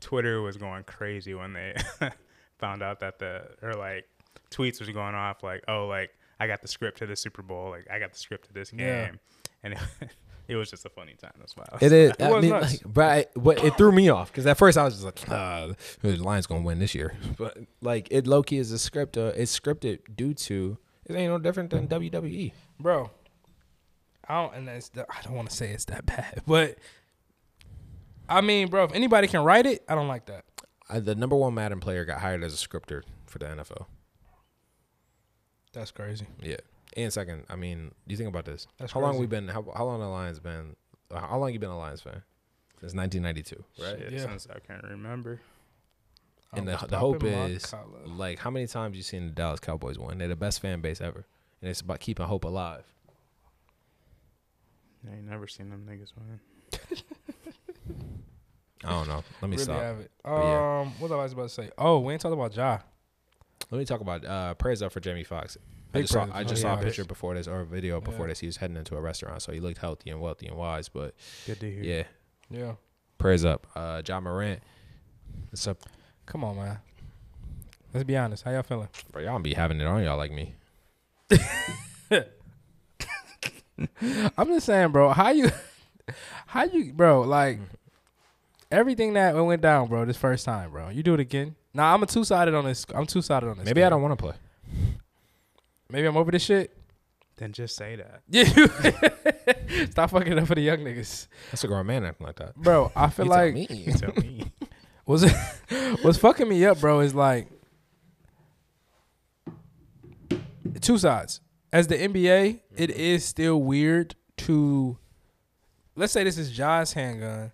Twitter was going crazy when they found out that the or like tweets was going off like, oh, like I got the script to the Super Bowl, like I got the script to this game, Yeah. and it, was just a funny time. That's why. I was- It is. I was mean, nuts. like, but I, but it threw me off because at first I was just like, uh, the Lions gonna win this year. But like, it low key is a script. Uh, it's scripted due to it ain't no different than E. WWE. bro. I don't, and that's the, I don't want to say it's that bad, but I mean, bro, if anybody can write it, I don't like that. I, the number one Madden player got hired as a scripter for the NFL. That's crazy. Yeah. And second, I mean, you think about this. That's how long crazy. we been? How, how long the Lions been? uh, How long you been a Lions fan? Since 1992, right? Shit, Yeah. since I can't remember. I'm And the, just the hope popping my is, collar. like, how many times you seen the Dallas Cowboys win? They're the best fan base ever, and it's about keeping hope alive. I ain't never seen them niggas win. I don't know. Let me really stop. have it. Um, yeah. what was I about to say? Oh, we ain't talking about Ja. Let me talk about uh, prayers up for Jamie Foxx. I Big just saw, prayers. I Oh, just yeah. saw a picture before this or a video before this. He was heading into a restaurant, so he looked healthy and wealthy and wise. But Good to hear. yeah, Yeah, prayers up. Uh, John Morant, what's up? come on, man. Let's be honest. How y'all feeling? Bro, y'all don't be having it on y'all like me. I'm just saying, bro. How you, how you, bro? Like everything that went down, bro. This first time, bro. You do it again. Nah, I'm a two sided on this. I'm two sided on this. Maybe game. I don't want to play. Maybe I'm over this shit. Then just say that. Yeah. Stop fucking up for the young niggas, That's a grown man acting like that. bro. I feel You tell like me. Tell me. was what's fucking me up, bro, is like two sides. As the NBA, it Mm-hmm. is still weird to let's say this is Ja's handgun.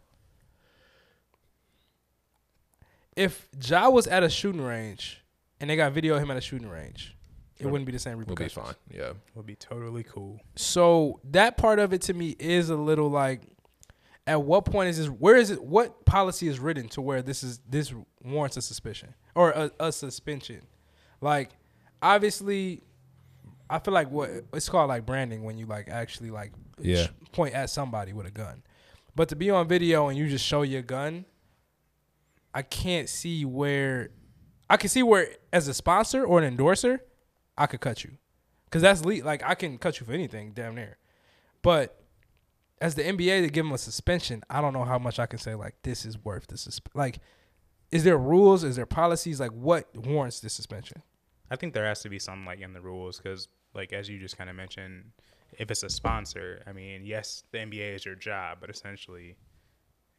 If Ja was at a shooting range and they got video of him at a shooting range, it wouldn't be the same we'll be repercussions. fine. Yeah, Would be totally cool. So that part of it to me is a little like, at what point is this? Where is it? What policy is written to where this is this warrants a suspicion or a, a suspension? Like, obviously, I feel like what it's called like branding when you like actually like Yeah. sh- point at somebody with a gun. But to be on video and you just show your gun, I can't see where I can see where as a sponsor or an endorser, I could cut you. Cause that's le- like I can cut you for anything damn near. But as the NBA to give him a suspension, I don't know how much I can say like this is worth the susp- like is there rules, is there policies like what warrants this suspension? I think there has to be some like in the rules because, like as you just kind of mentioned, if it's a sponsor, I mean, yes, the NBA is your job, but essentially,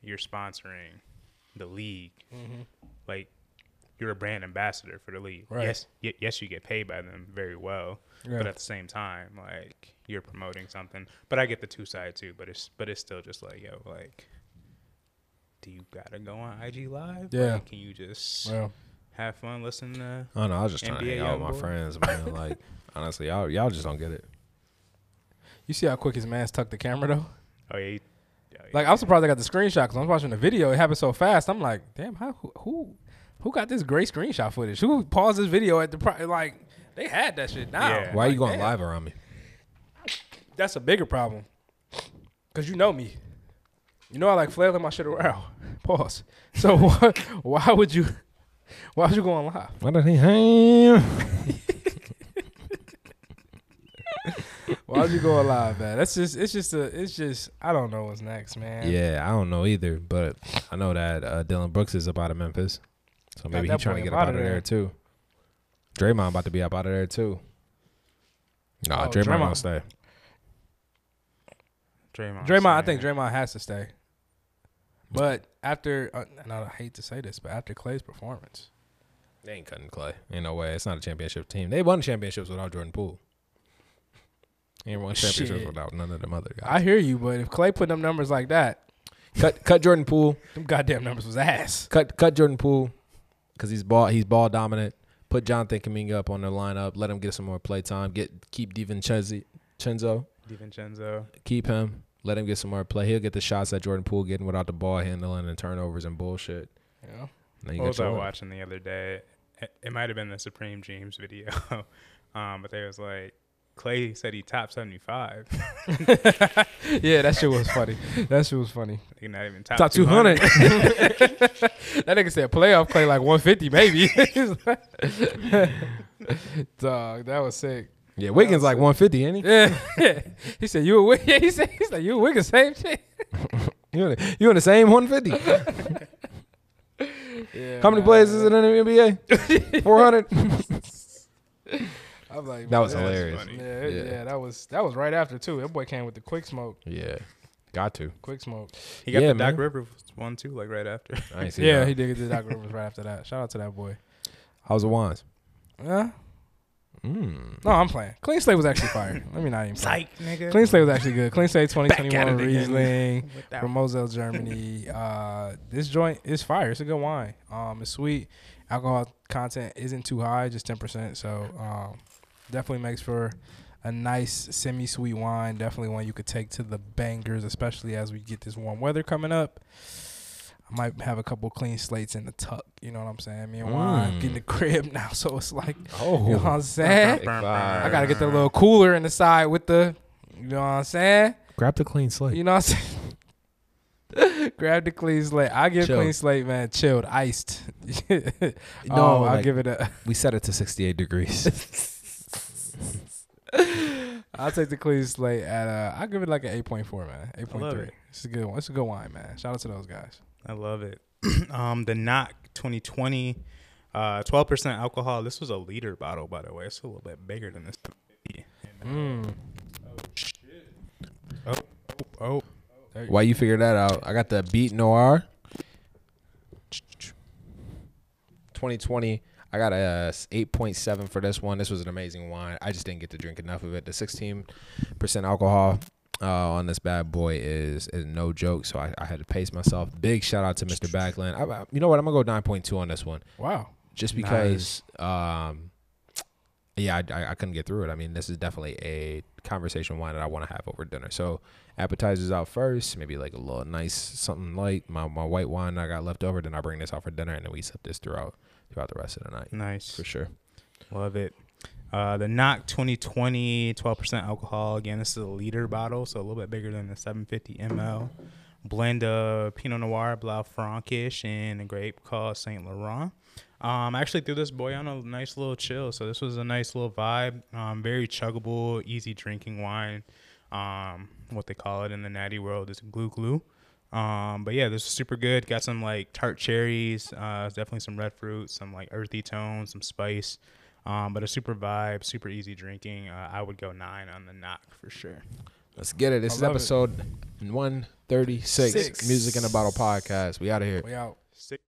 you're sponsoring the league. Mm-hmm. Like you're a brand ambassador for the league. Right. Yes, y- yes, you get paid by them very well, Yeah. but at the same time, like you're promoting something. But I get the two side too. But it's but it's still just like yo, like, do you gotta go on IG live? Yeah. Like, can you just have fun listening to? I don't know. I was just trying to NBA hang out with my Youngboy. friends, man. Like, honestly, y'all, y'all just don't get it. You see how quick his man's tucked the camera though? Oh yeah. you- oh, yeah. Like I'm surprised I got the screenshot because I was watching the video. It happened so fast. I'm like, damn, how who who, who got this great screenshot footage? Who paused this video at the pro- like they had that shit now? Yeah. Why are you Like, going damn, live around me? That's a bigger problem. Cause you know me, you know I like flailing my shit around. Pause. So why, why would you? Why would you go on live? Why did he hang? Why would you go on live, man? That's just it's just a it's just I don't know what's next, man. Yeah, I don't know either, but I know that uh, Dylan Brooks is up out of Memphis, so maybe that he's trying boy to get up up out of there. too. Draymond about to be up out of there too. Nah, Oh, Draymond, Draymond. gonna stay. Draymond. Draymond, I Stan. think Draymond has to stay. But after, uh, and I hate to say this, but after Clay's performance, They ain't cutting Clay. Ain't no way. It's not a championship team. They won championships without Jordan Poole. They ain't won championships Shit. without none of them other guys. I hear you. But if Clay put them numbers like that, cut, cut Jordan Poole. them goddamn numbers was ass. Cut cut Jordan Poole because he's ball he's ball dominant. Put Jonathan Kaminga up on the lineup. Let him get some more play time. Get keep DiVincenzi Chenzo. DiVincenzo. Keep him. Let him get some more play. He'll get the shots that Jordan Poole getting without the ball handling and turnovers and bullshit. Yeah. And then you What got was I your win. watching the other day? It, it might have been the Supreme James video, um, but they was like, Clay said he topped 75. yeah, that shit was funny. That shit was funny. He not even top, Top 200. That nigga said playoff Clay like 150 maybe. Dog, that was sick. yeah, Wiggins like 150, ain't he? Yeah. he said you were. Yeah, he said he's like you were the same shit. You in, the, you in the same 150. Yeah, How many man. plays is it in the NBA? 400. I'm like, That was yeah. hilarious. Yeah, it- Yeah. yeah, that was that was right after too. That boy came with the quick smoke. Yeah, got to. Quick smoke. He got Yeah, the Doc man. Rivers one too, like right after. I ain't see Yeah, that. he did get the Doc Rivers right after that. Shout out to that boy. How's the wines? Yeah. Mm. No, I'm playing. Clean Slate was actually fire. Let me not even. Play. nigga. Clean Slate was actually good. Clean Slate at 2021 it again. Riesling from Moselle, Germany. uh, this joint is fire. It's a good wine. Um, it's sweet. Alcohol content isn't too high, just 10%. So, um, definitely makes for a nice semi-sweet wine. Definitely one you could take to the bangers, especially as we get this warm weather coming up. I might have a couple clean slates in the tuck. You know what I'm saying? Me and wine Mm. getting the crib now, so it's like, Oh, you know what I'm saying? I gotta get the little cooler in the side with the, you know what I'm saying? grab the clean slate. You know what I'm saying? Grab the clean slate. I give Chilled. clean slate, man, chilled, iced. no, No, I'll Oh, like- give it a. We set it to 68 degrees. I'll take the clean slate at uh. I'll give it like an eight point four, man. Eight point love three. it. It's a good one. It's a good wine, man. Shout out to those guys. I love it. um, the Knock 2020, uh, 12% alcohol. This was a liter bottle, by the way. It's a little bit bigger than this. Oh, Why you figure that out? I got the Beat Noir. 2020. I got a uh, 8.7 for this one. This was an amazing wine. I just didn't get to drink enough of it. The 16% alcohol uh, on this bad boy is, is no joke. So I, I had to pace myself. Big shout out to Mr. Backland. I, I- you know what? I'm gonna go 9.2 on this one. wow. just because um yeah I, I, I couldn't get through it i mean this is definitely a conversation wine that i want to have over dinner so appetizers out first maybe like a little nice something light my, my white wine i got left over then i bring this out for dinner and then we sip this throughout throughout the rest of the night Nice. for sure Love it. Uh, the Knock 2020, 12% alcohol. Again, this is a liter bottle, so a little bit bigger than the 750 ml. Blend of Pinot Noir, Blau Frankish, and a grape called Saint Laurent. Um, I actually threw this boy on a nice little chill, so this was a nice little vibe. Um, very chuggable, easy drinking wine. Um, what they call it in the natty world is glue glue. Um, but yeah, this is super good. Got some like tart cherries, uh, definitely some red fruit, some like earthy tones, some spice. Um, but a super vibe, super easy drinking. Uh, I would go nine on the knock for sure. Let's get it. This is love it. episode 136. Music in a Bottle podcast. We out of here. We out.